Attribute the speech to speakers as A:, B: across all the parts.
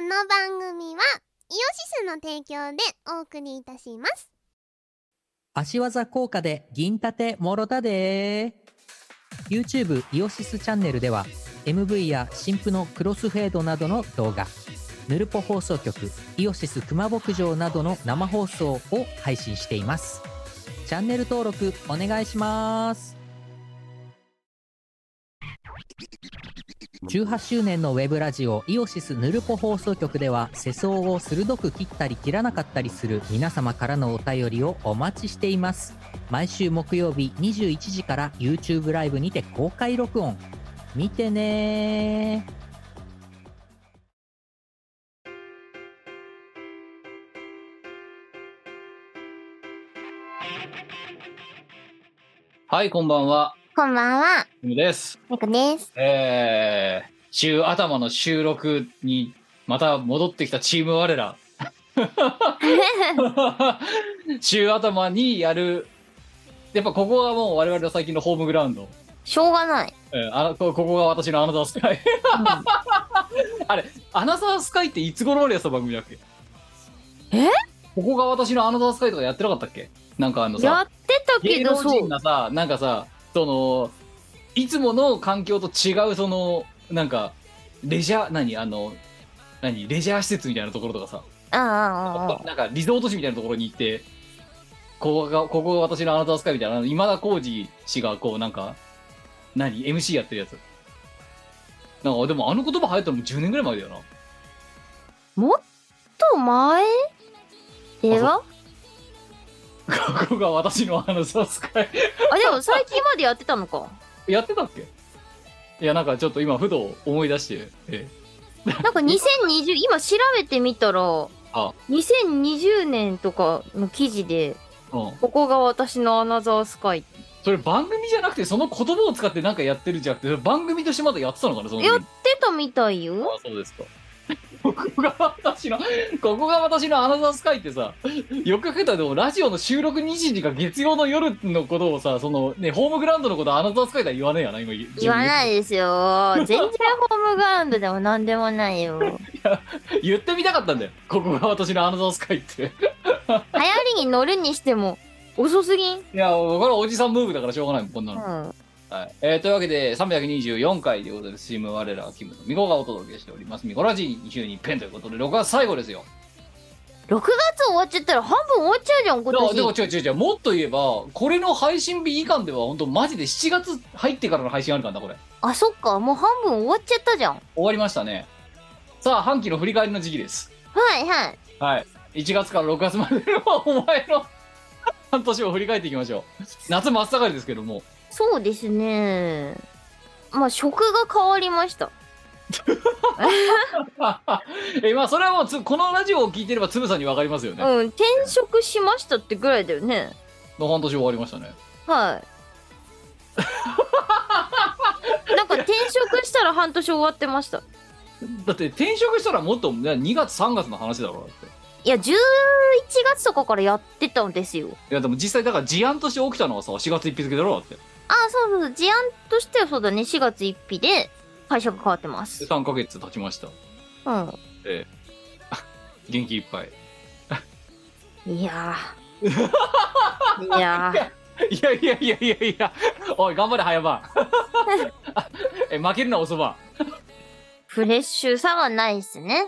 A: の番組はイオシスの提供でお送りいたします
B: 足技効果で銀盾もろたで YouTube イオシスチャンネルでは MV や新婦のクロスフェードなどの動画ヌルポ放送局イオシス熊牧場などの生放送を配信していますチャンネル登録お願いします18周年のウェブラジオイオシスヌルポ放送局では世相を鋭く切ったり切らなかったりする皆様からのお便りをお待ちしています毎週木曜日21時から YouTube ライブにて公開録音見てねー
C: はい、こんばんは。
A: こんばんは
C: ゆうです。
A: みこ です
C: えー、週頭の収録にまた戻ってきたチーム我ら。 週頭にやる。やっぱここはもう我々の最近のホームグラウンド。
A: しょうがない
C: うん、あのこここが私のアナザースカイ。 あれ、アナザースカイっていつ頃までやってた番組だっけ
D: え
C: ここが私のアナザースカイとかやってなかったっけなんかあのさ。
D: やってたけ
C: 芸
D: ど
C: 能
D: そ
C: 人
D: う
C: がさなんかさそのいつもの環境と違うそのなんかレジャー何あの何レジャー施設みたいなところとかさ
A: ああ
C: なんかリゾート地みたいなところに行ってここがここが私のアナザースカイみたいな今田耕司氏がこうなんか何 MC やってるやつなんかでもあの言葉流行ったのも10年ぐらい前だよな
D: もっと前では
C: ここが私のアナザースカイ
D: あでも最近までやってたのか
C: やってたっけいやなんかちょっと今ふと思い出して、ええ
D: なんか2020今調べてみたら
C: あ
D: 2020年とかの記事で
C: うん
D: ここが私のアナザースカイ
C: それ番組じゃなくてその言葉を使ってなんかやってるんじゃなくて番組としてまだやってたのかなその時
D: や出たみたいよ
C: あそうですかここが私のここが私のアナザースカイってさよく考えたらでもラジオの収録日時が月曜の夜のことをさそのねホームグラウンドのことアナザースカイとは言わねえやな今
D: 言わないいですよ全然ホームグラウンドでも何でもないよ流行
C: 言ってみたかったんだよここが私のアナザースカイって
D: りに乗るにしても遅すぎん、
C: いやこれはおじさんムーブだからしょうがないもんこんな
D: う
C: の、
D: ん、
C: はいえーというわけで324回ということでチーム我らはキムとミコがお届けしておりますミコラジ2週に1編ということで6月最後ですよ
D: 6月終わっちゃったら半分終わっちゃうじゃん今
C: でもでも
D: 年
C: 違う違う違うもっと言えばこれの配信日以下では本当マジで7月入ってからの配信あるからなこれ
D: あそっかもう半分終わっちゃったじゃんは
C: 終わりましたねさあ半期の振り返りの時期です
D: いはい
C: はい1月から6月までのお前の半年を振り返っていきましょう夏真っ盛りですけども
D: そうですねまあ職が変わりました
C: えまあそれはもうつこのラジオを聞いてればつぶさに分かりますよね、
D: うん転職しましたってぐらいだよね
C: の半年終わりましたね
D: はいなんか転職したら半年終わってました
C: だって転職したらもっとね2月3月の話だろうだって
D: いや11月とかからやってたんですよ
C: いやでも実際だから事案として起きたのはさ4月1日付だろうだって
D: あそうそうそう事案としてはそうだね4月1日で会社が変わってます
C: 3ヶ月経ちました
D: うん
C: ええ元気いっぱい
D: いやーいやー
C: いやいやいやいやいやおい頑張れ早番 え負けるな遅番
D: フレッシュさはないっすね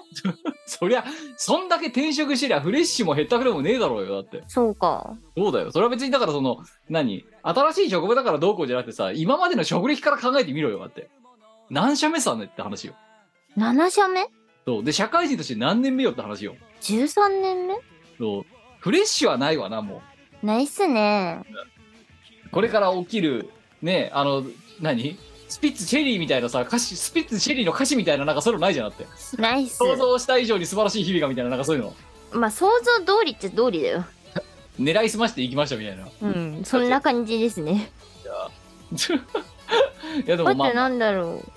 C: そりゃそんだけ転職してりゃフレッシュもへったくれもねえだろうよだって
D: そうか
C: そうだよそれは別にだからその何新しい職場だからどうこうじゃなくてさ今までの職歴から考えてみろよだって何社目さねって話よ
D: 7社目
C: そうで社会人として何年目よって話よ
D: ?13 年目
C: そうフレッシュはないわなも
D: ないっすね
C: うこれから起きるねあの何スピッツチェリーみたいなさ歌詞スピッツチェリーの歌詞みたいななんかそういうのないじゃんだって
D: ないっす
C: 想像した以上に素晴らしい日々がみたいななんかそういうの
D: まあ想像通りっちゃ通りだよ
C: 狙いすましていきましたみたいな い
D: うんそんな感じですね
C: やで
D: だ
C: も
D: っ
C: ま
D: て
C: あ
D: なんだろう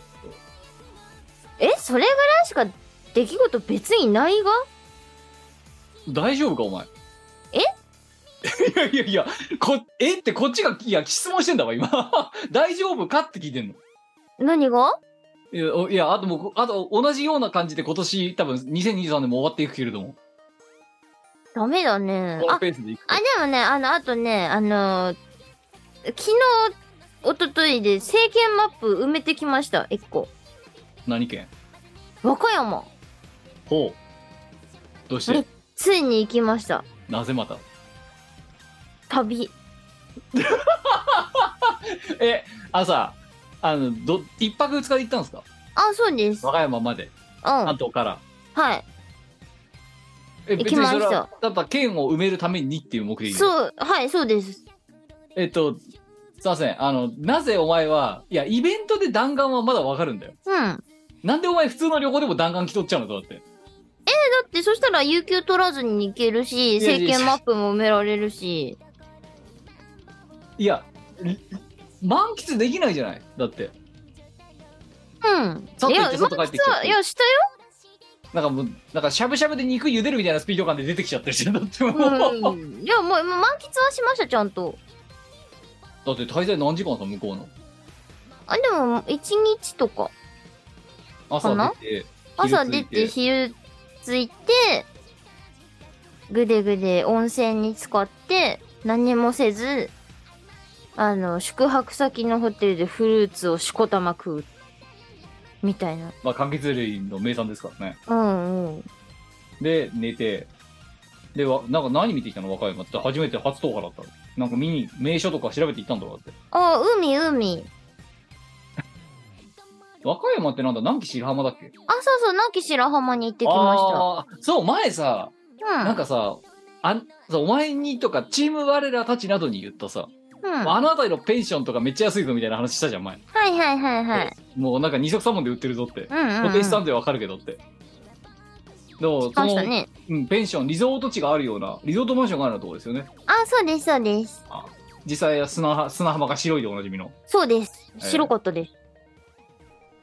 D: えそれぐらいしか出来事別にないが
C: 大丈夫かお前
D: え
C: いやいやいやこえって こっちがいや質問してんだわ今大丈夫かって聞いてんの
D: 何が
C: いや、おいやあともう、あと同じような感じで今年、多分2023年も終わっていくけれども、
D: ダメだね
C: こ。の
D: あ、
C: ペースでいくと
D: あ、でもね、あの、あとね、あの、昨日、一昨日で政権マップ埋めてきました、一個。
C: 何県
D: 和歌山。
C: ほう。どうして
D: えついに行きました。
C: なぜまた
D: 旅。
C: え、朝、あの、ど、一泊二日で行ったんですか
D: あ、そうです。う
C: 和
D: ん。
C: 歌山まで、関
D: は
C: 東から。え、
D: 行
C: 別
D: き
C: に
D: まし
C: そ
D: た
C: れは、だったら県を埋めるためにっていう目
D: い。
C: 的う。
D: そう、はい、そうです。
C: えっと、すいません。あの、なぜお前は、いや、イベントで弾丸はまだわかるんだよ。
D: うん。だ
C: なんでお前普通の旅行でも弾丸着とっちゃうのとだって。
D: って、そしたら、有給取らずに行けるし、
C: いやい
D: 政
C: や
D: 権マップも埋められるし。
C: いや、満喫できないじゃないだって。
D: うん。
C: さっ
D: い
C: と行
D: や、
C: って
D: 今
C: さっと帰ってきちゃっ
D: さ、
C: て
D: いや、したよ。
C: なんかもう、なんかしゃぶしゃぶで肉茹でるみたいなスピード感で出てきちゃってるじゃん。だってもう、だ
D: うん。いや、もう、もう満喫はしました、ちゃんと。
C: って滞在何時間さ、向こうの。
D: あ、でも、一日とか。
C: 朝
D: かな
C: 出て、
D: 朝出て、
C: 昼着い
D: 昼ついて、ぐでぐで温泉に使って、何もせず、あの、宿泊先のホテルでフルーツをしこたま食う。みたいな。
C: まあ、柑橘類の名産ですからね。
D: うんうん。
C: で、寝て、で、わなんか何見てきたの若い山って初めて初東原だったの。なんか見に、名所とか調べて行ったんだろうだって。
D: あ、海、海。
C: 若い山ってなんだ南紀白浜だっけ
D: あ、そうそう、なき白浜に行ってきまし
C: あーそう、前さ、
D: た。うん。
C: なんかさ、あんさお前にとか、チーム我らたちなどに言ったさ、
D: うん。
C: あの辺りのペンションとかめっちゃ安いぞみたいな話したじゃん、前。
D: はいはいはいはい。
C: もうなんか二足三本で売ってるぞって。
D: うんうん、うん。
C: 固定資産税わかるけどって。でも、そ
D: まし
C: の、
D: たね。
C: うん、ペンション、リゾート地があるような、リゾートマンションがあるようなところですよね。
D: あ、そうです、そうです。
C: 実際は砂浜砂浜が白いでおなじみの。
D: そうです。
C: えー
D: 白かったです。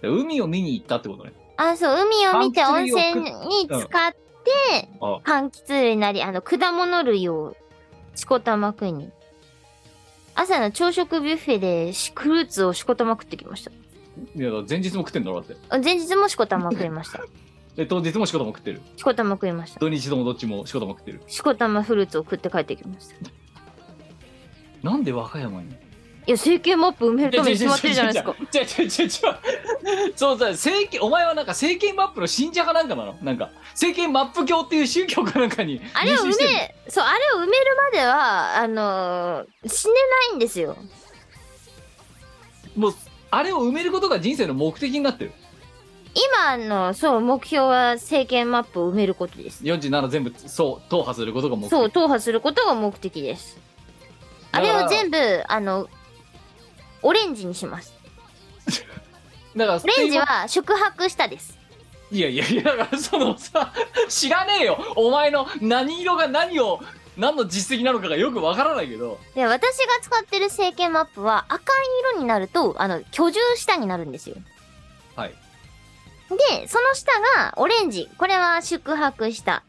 C: で海を見に行ったってことね。
D: あ、そう、海を見て
C: 柑
D: 温
C: 橘類を
D: 泉に使って、
C: あ
D: 柑橘類なり、あの、果物類を、しこたま食いに。朝の朝食ビュッフェでし、フルーツをしこたま食ってきました。
C: いや、前日も食ってんだろ、だって。
D: あ前日もしこたま食いました。
C: で、当日も仕事も食ってる。
D: しこたま食いました。
C: 土日ともどっちも仕事も食ってる。
D: しこたまフルーツを食って帰ってきました。い
C: なんで和歌 山に
D: や、整形マップ埋めるために決まってるじゃないですか。
C: 違う違う違う違 う。そうだ、政権、お前はなんか政権マップの信者派なんかなのなんか、政権マップ教っていう宗教かなんかに
D: あれを埋
C: 入信してんの
D: め、そう、あれを埋めるまでは、あのー死ねないんですよ。
C: もう、あれを埋めることが人生の目的になってる。
D: 今の、そう、目標は政権マップを埋めることです。
C: 47全部、そう、踏破することが目的。
D: そう、踏破することが目的です。あれを全部、あの、オレンジにします。
C: だから、
D: オレンジは宿泊したです。
C: いやいやいや、だからそのさ、知らねえよ。お前の何色が何を、何の実績なのかがよくわからないけど。
D: で、私が使ってる政権マップは赤い色になると、あの、居住下になるんですよ。
C: はい。
D: で、その下がオレンジ。これは宿泊した。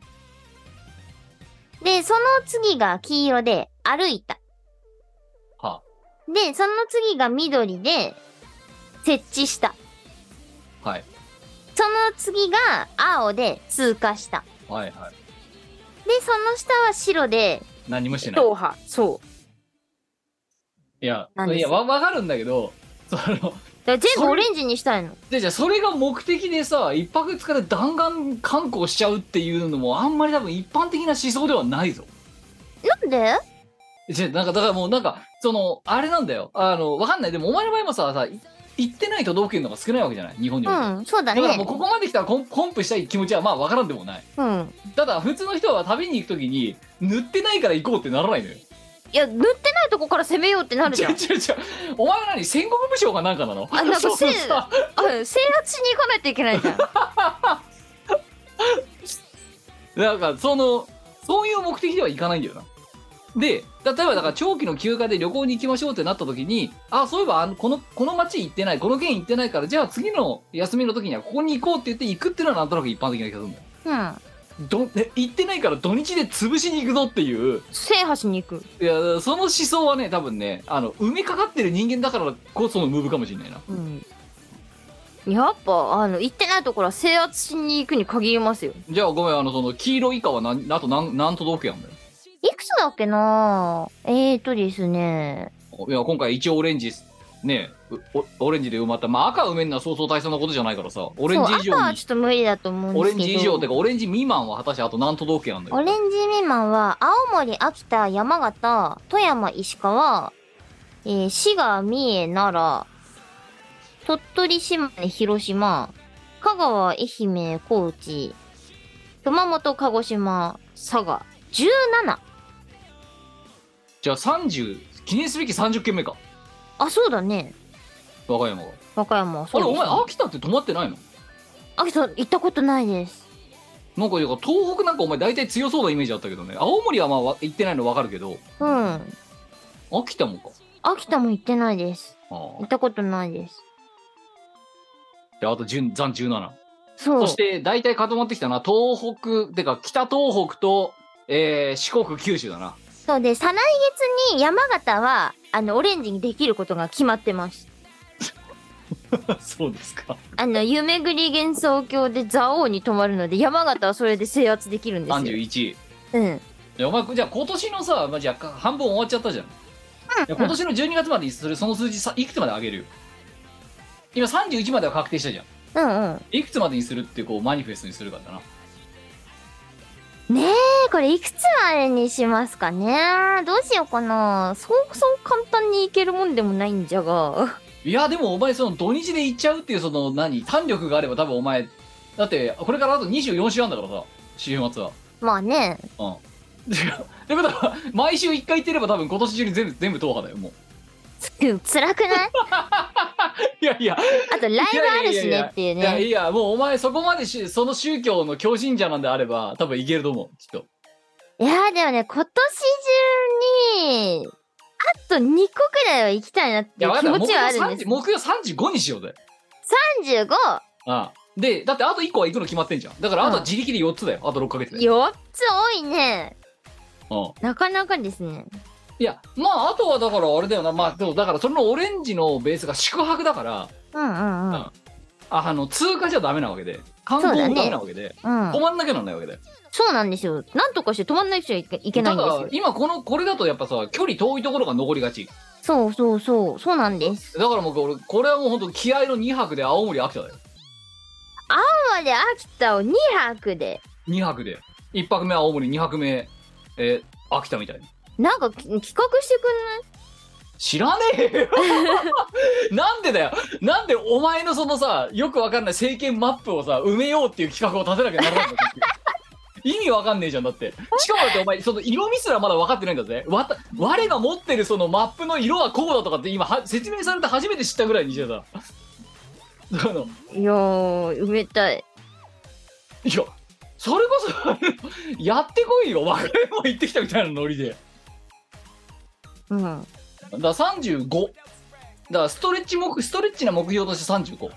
D: で、その次が黄色で、歩いた。
C: は
D: で、その次が緑で、設置した。
C: あ、はい。
D: その次が青で通過した。
C: はいはい。
D: で、その下は白で、
C: 何もしてない。
D: 踏破。そう。
C: いや
D: なん、です
C: いや、わわかるんだけど、その、
D: だから全
C: そ
D: 部
C: れ
D: オレンジにしたいの。
C: で、じゃあそれが目的でさ、一泊二日で弾丸観光しちゃうっていうのも、あんまり多分一般的な思想ではないぞ。
D: なんで
C: じゃあなんか、だからもうなんか、その、あれなんだよ。あの、わかんない。でもお前の場合もさ、さ、い行ってない都道府県の方が少ないわけじゃない日本において
D: うん、そうだ
C: だからも
D: ね。
C: うここまで来たらコンコンプしたい気持ちはまあわからんでもない。
D: うん。
C: ただ普通の人は旅に行くときに塗ってないから行こうってならないのよ。
D: いや、塗ってないとこから攻めようってなる
C: 違
D: じ
C: う
D: ゃ
C: 違
D: ん
C: う。違う。お前は何戦国武将かなんかなの
D: あなんか
C: そうそうそう
D: せあ制圧しに行かないといけないじゃん。
C: なんかそのそういう目的では行かないんだよな。で例えばだから長期の休暇で旅行に行きましょうってなった時にあそういえばあのこのこの町行ってないこの県行ってないからじゃあ次の休みの時にはここに行こうって言って行くっていうのはなんとなく一般的な気がするんだよ。
D: うん。
C: どえ行ってないから土日で潰しに行くぞっていう
D: 制覇しに行く。
C: いやその思想はね多分ねあの埋めかかってる人間だからこそのムーブかもしれないな。
D: うん。やっぱあの行ってないところは制圧しに行くに限りますよ
C: じゃあごめん、あの、その、黄色以下は何、あと何、何都道府県あんだよ。
D: いくつだっけなえーとですね
C: いや、今回一応オレンジ、ね、うおオレンジで埋まった。まあ赤埋めんのはそうそう大差のことじゃないからさ、オ
D: オ
C: レンジ以
D: 赤
C: 上
D: は
C: に
D: ちょっ、と無理だと思うん
C: オ
D: で
C: レ
D: すけ
C: ン
D: ど
C: ジ以上ってか、オレンジ未満は果たしてあと何都道府県あんだよ。
D: オレンジ未満は青森秋田山形富山石川、えー滋賀三重奈良鳥取島根広島香川愛媛高知熊本鹿児島佐賀17
C: じゃあ30、記念すべき30県目か。
D: あそうだね
C: 和歌山が。
D: 和歌山は
C: あ
D: そう
C: れ、お
D: ですね
C: 前、秋田って泊まってないの
D: 秋田行ったことないです
C: なんか、東北なんかお前大体強そうなイメージあったけどね。青森はまあわ行ってないの分かるけど、
D: うん
C: 秋田もか。
D: 秋田も行ってないです
C: あ
D: 行
C: あ
D: ったことないです
C: で、あと10残17。
D: そう
C: そして、大体固まってきたな。東北、てか、北東北と、えー、四国、九州だな。
D: そうで再来月に山形はあのオレンジにできることが決まってます
C: そうですか。
D: あの夢ぐり幻想郷で蔵王に泊まるので山形はそれで制圧できるんですよ。
C: 31位。
D: うん、
C: いやお前、じゃあ今年のさ、まあ、じゃあ半分終わっちゃったじゃん。いや今年の12月までにするその数字さ、いくつまで上げるよ。今31までは確定したじゃん。
D: うんうん
C: いくつまでにするってこうマニフェストにするからだな。
D: ねえこれいくつまでにしますかねどうしようかなそうそう簡単にいけるもんでもないんじゃが
C: いや、でもお前、その土日で行っちゃうっていう、その何、弾力があれば多分お前、だって、これからあと24週あんだからさ、週末は。
D: まあね
C: うん。 違う。ってことは、毎週1回行ってれば多分今年中に全部、全部党派だよ、もう。
D: つく辛くない
C: いやいや、
D: あとライブあるし
C: いやいやいやいや
D: ねっていう
C: いや
D: ね
C: いや、もうお前そこまでし、その宗教の教信者なんであれば、多分いけると思う、きっと。
D: いやでもね今年中にあと2個くらいは行きたいなっ
C: い
D: てい
C: や、
D: う
C: わか
D: 気
C: った
D: 持
C: 木
D: ちはあ
C: 曜
D: るんです
C: 30木曜35にしようぜ。
D: 35
C: ああで、だってあと1個は行くの決まってんじゃん。だからあとは自力で4つだよ、あと6ヶ月で。
D: 4つ多いね
C: うん。
D: なかなかですね
C: いや、まあ、あとはだからあれだよな、まあ、でもだからそのオレンジのベースが宿泊だから、
D: うんうんうん
C: ああの、通過じゃダメなわけで、観
D: そう
C: 光
D: だね
C: もダメなわけで、
D: うん
C: 止まんなきゃなんないわけで。
D: そうなんですよ。なんとかして止まんなくちゃいけいけないんです
C: ただ
D: よ。
C: 今この、これだとやっぱさ、距離遠いところが残りがち。
D: そうそうそう、そうなんです。
C: だからもう俺、これはもう本当気合の2泊で青森、秋田だよ。
D: 今まで秋田を2泊で、
C: 2泊で。1泊目は青森、2泊目、えー秋田みたいな。
D: なんかき企画してく
C: 知らねえよ なんでだよなんでお前のそのさよくわかんない政権マップをさ埋めようっていう企画を立てなきゃならないんだよ意味わかんねえじゃんだってしかもだってお前その色味すらまだ分かってないんだぜわた我が持ってるそのマップの色はこうだとかって今は説明されて初めて知ったぐらいにしてさあの
D: んないいやー、埋めたい。
C: いやそれこそ あのやってこいよ和歌山行ってきたみたいなノリで
D: うん。
C: だから35だからストレッチ目ストレッチな目標として35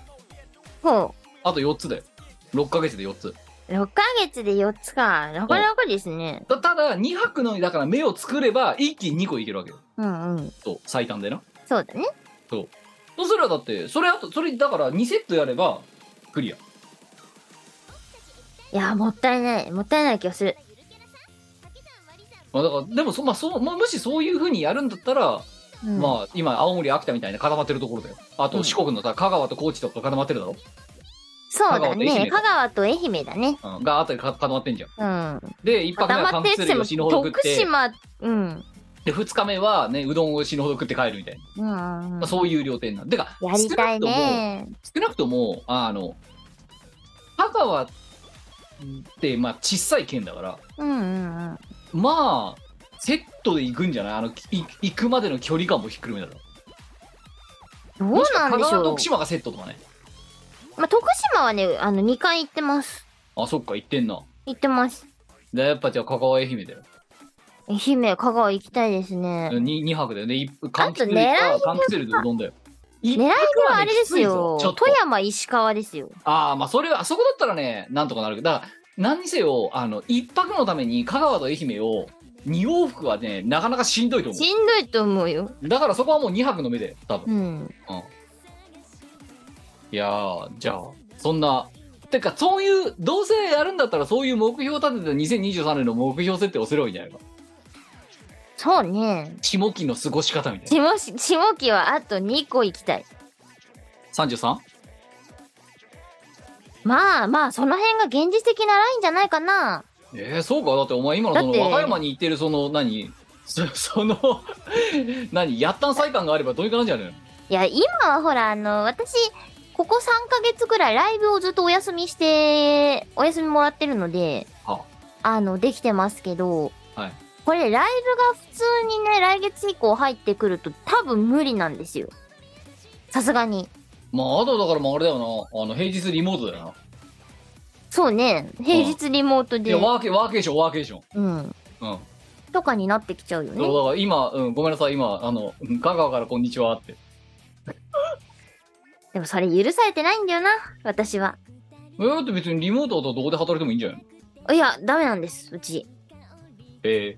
D: ほ
C: あと4つだよ。6ヶ月で4つ。
D: う。6ヶ月で4つか。なかなかですね。
C: たただ、2泊の、だから目を作れば、一気に2個いけるわけよ。
D: うんうん。
C: と、最短でな。
D: そうだね。
C: そうすればだって、それあと、それだから2セットやれば、クリア。
D: いやー、もったいない。もったいない気がする。
C: まあだから、でもそ、まあそう、まあもしそういう風にやるんだったら、
D: うん、
C: まあ今、青森、秋田みたいな固まってるところだよ。あと、四国のさ、香川と高知とか固まってるだろ、
D: そうだね。
C: 香
D: 香川と愛媛だね。
C: うん、があたりか固まってんじゃん。
D: うん。
C: で、1泊目は
D: 固ま
C: 缶
D: ってっつって
C: 詰
D: も
C: を死ぬほど食っ
D: 徳
C: て、
D: 島、うん。
C: で、2日目はね、うどんを死ぬほど食って帰るみたいな。
D: うんうん
C: まあ、そういう料亭になる。てか、
D: やりたい
C: 少なくとも
D: ね。
C: 少なくともあの香川ってまあ小さい県だから
D: うんうんうん。
C: まあセットで行くんじゃないあのい行くまでの距離感もひっくるめだろ
D: ど
C: も
D: う
C: しくは
D: なんで
C: 香
D: し
C: 川
D: ょう
C: 徳。島がセットとかね
D: まあ、徳島はね、あの、2回行ってます。
C: あそっか行ってんな
D: 行ってます。
C: でやっぱじゃあ香川愛媛だよ
D: 愛媛、香川行きたいですね。
C: 2, 二泊だよねい柑
D: あと
C: 橘
D: 狙い
C: 類
D: が
C: か柑橘類とうどんだよ狙
D: 狙い目はあれですよ。
C: ちょっと
D: 富山、石川ですよ。
C: ああまあそれはあそこだったらねなんとかなるけどだから何にせよあの一泊のために香川と愛媛を2往復はねなかなかしんどいと思
D: しんどいと思うよ。
C: うだからそこはもう2泊の目で多分
D: うん。
C: うんいやーじゃあそんなてかそういうどうせやるんだったらそういう目標を立てて2023年の目標設定をすればいいんじゃないか
D: そうね。
C: 下期の過ごし方みたいな
D: 下し下期はあと2個行きたい。
C: 33?
D: まあまあ、その辺が現実的なラインじゃないかな。
C: えー、そうかだってお前今のそ
D: だっ
C: の
D: て
C: 和歌山に行ってるその何 そその 何やったん祭感があればどうにかなんじゃねえの
D: いや、今はほら、あの、私、ここ3ヶ月くらいライブをずっとお休みして、お休みもらってるので、
C: は
D: あの、できてますけど、
C: はい
D: これ、ライブが普通にね、来月以降入ってくると多分無理なんですよ。さすがに。
C: まああとだからもうあれだよなあの平日リモートだよな
D: そうね、平日リモート
C: い
D: で
C: や、ワーケワーケーションワーケーション
D: うん、
C: うん
D: とかになってきちゃうよ
C: そう
D: ね。
C: だから今、うん、ごめんなさい今あのうん香川からこんにちはって
D: でもそれ許されてないんだよな、私は。
C: えー、だって別にリモートだとどこで働いてもいいんじゃないの
D: いや、ダメなんです、うち。
C: ええ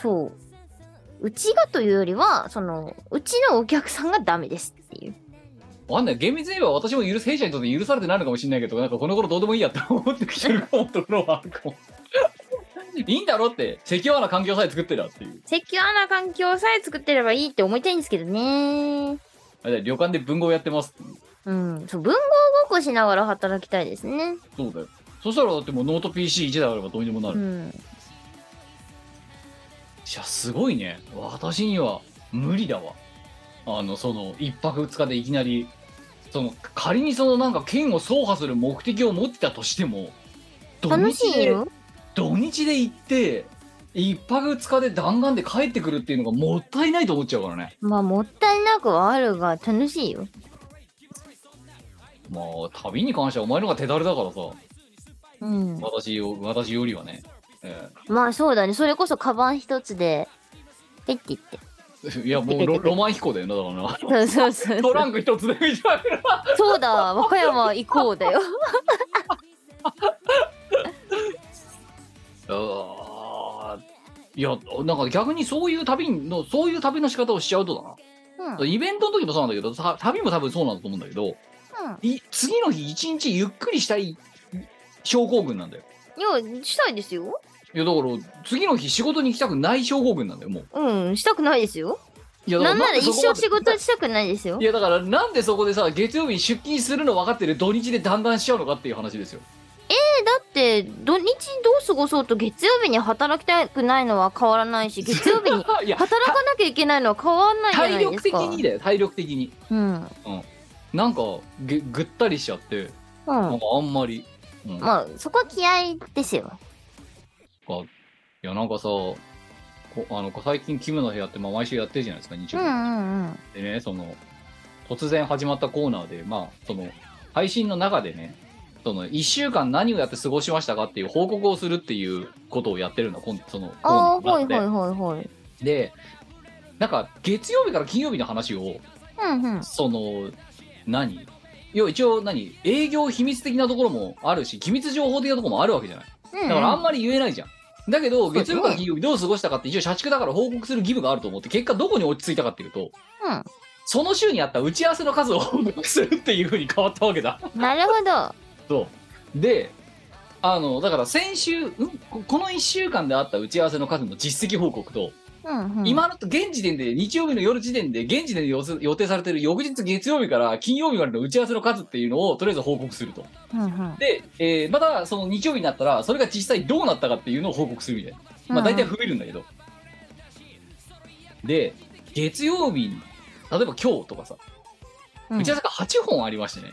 D: そう。うちがというよりは、その、うちのお客さんがダメですっていう。
C: わかんない厳密に言えば私も許す弊社にとって許されてないのかもしれないけどなんかこの頃どうでもいいやって思ってきてるところはあるかもいいんだろって適応な環境さえ作ってりゃっていう
D: セキュアな環境さえ作ってればいいって思いたいんですけどね。
C: あれだよ旅館で文豪やってますっていう
D: うん。そう、文豪ごっこしながら働きたいですね。
C: そうだよそしたらだってもうノート PC1 台あればどうにでもなる、
D: う
C: い
D: ん。
C: やすごいね私には無理だわあのその1泊2日でいきなりその仮にそのなんか剣を走破する目的を持ってたとしても土
D: 楽し
C: 日
D: い
C: で
D: よ。
C: 土日で行って一泊二日で弾丸で帰ってくるっていうのがもったいないと思っちゃうからね
D: まあ、もったいなくはあるが、楽しいよ。
C: まあ旅に関してはお前の方が手だれだからさ
D: うん。
C: 私よ私よりはね、え
D: まあ、そうだね。それこそ、カバン一つで、ペッて言って。
C: えいやも うロロマン飛行だよなだから
D: そうそうそ
C: な
D: う
C: ト。ランク一つで見ちゃう
D: そうだわ、和歌山行こうだ よ。
C: あーいやなんか逆にそういう旅のそういう旅の仕方をしちゃうとだな
D: うん。
C: イベントの時もそうなんだけどさ旅も多分そうなんだと思うんだけど
D: う
C: い次の日一日ゆっくりしたい症候群なんだよ
D: ん。いや、したいですよ。
C: いやだから次の日仕事に行きたくない症候群なんだよもう
D: うん、したくないですよ。
C: いやだ
D: な
C: か
D: んなら
C: で
D: 一
C: そこ
D: 生
C: まで
D: 仕事したくないですよ
C: い。やだからなんでそこでさ月曜日出勤するの分かってる土日で弾丸しちゃうのかっていう話ですよ
D: だって、土日どう過ごそうと月曜日に働きたくないのは変わらない し、月曜日に
C: いや
D: 働かなきゃいけないのは変わらないじゃ
C: 体
D: ないで
C: 力
D: す
C: 的
D: か。
C: にだよ体力的に
D: うん。
C: なんかぐぐったりしちゃってなん
D: うん。
C: かあんまり、うんい
D: まあ、そこは気合ですよ。
C: やなんかさこあの最近キムの部屋ってまあ毎週やってるじゃないですか日
D: うん
C: 曜日、
D: うんうん。
C: でねその突然始まったコーナーでまあその配信の中でねその1週間何をやって過ごしましたかっていう報告をするっていうことをやってるのコンそのコー
D: ああ、
C: ナーが
D: ほ
C: あ
D: い
C: って
D: ほいほいほい。
C: でなんか月曜日から金曜日の話を
D: うんうん。
C: その何要は一応何営業秘密的なところもあるし機密情報的なところもあるわけじゃないだからあんまり言えないじゃん、だけど
D: うです
C: 月
D: ね
C: 曜日から金曜日どう過ごしたかって一応社畜だから報告する義務があると思って結果どこに落ち着いたかっていうと
D: うん
C: その週にあった打ち合わせの数を 報告するっていうふうに変わったわけだ
D: うん。なるほど。
C: そうであのだから先週、うん、ここの1週間であった打ち合わせの数の実績報告と、
D: うんうん。
C: 今のと現時点で日曜日の夜時点で現時点で予予定されてる翌日月曜日から金曜日までの打ち合わせの数っていうのをとりあえず報告すると
D: うんうん。
C: で、えーまたその日曜日になったらそれが実際どうなったかっていうのを報告するみたいなまあ大体増えるんだけどで月曜日に例えば今日とかさ
D: うん
C: 打ち合わせが8本ありましてね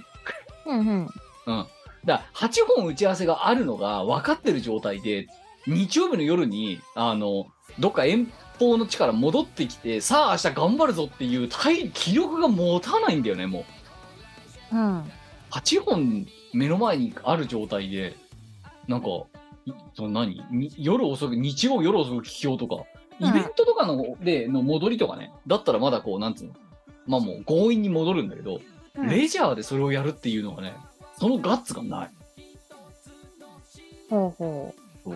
D: うんうん。
C: うんだから8本打ち合わせがあるのが分かってる状態で日曜日の夜にあのどっか遠方の地から戻ってきてさあ明日頑張るぞっていう体気力が持たないんだよねも
D: うん。
C: う8本目の前にある状態でなんかいその何に夜遅く日曜夜遅く起業とかイベントとかのでの戻りとかねだったらまだこうなんつうのまあもう強引に戻るんだけど、
D: うん
C: レジャーでそれをやるっていうのがねそのガッツがない。
D: ほうほう。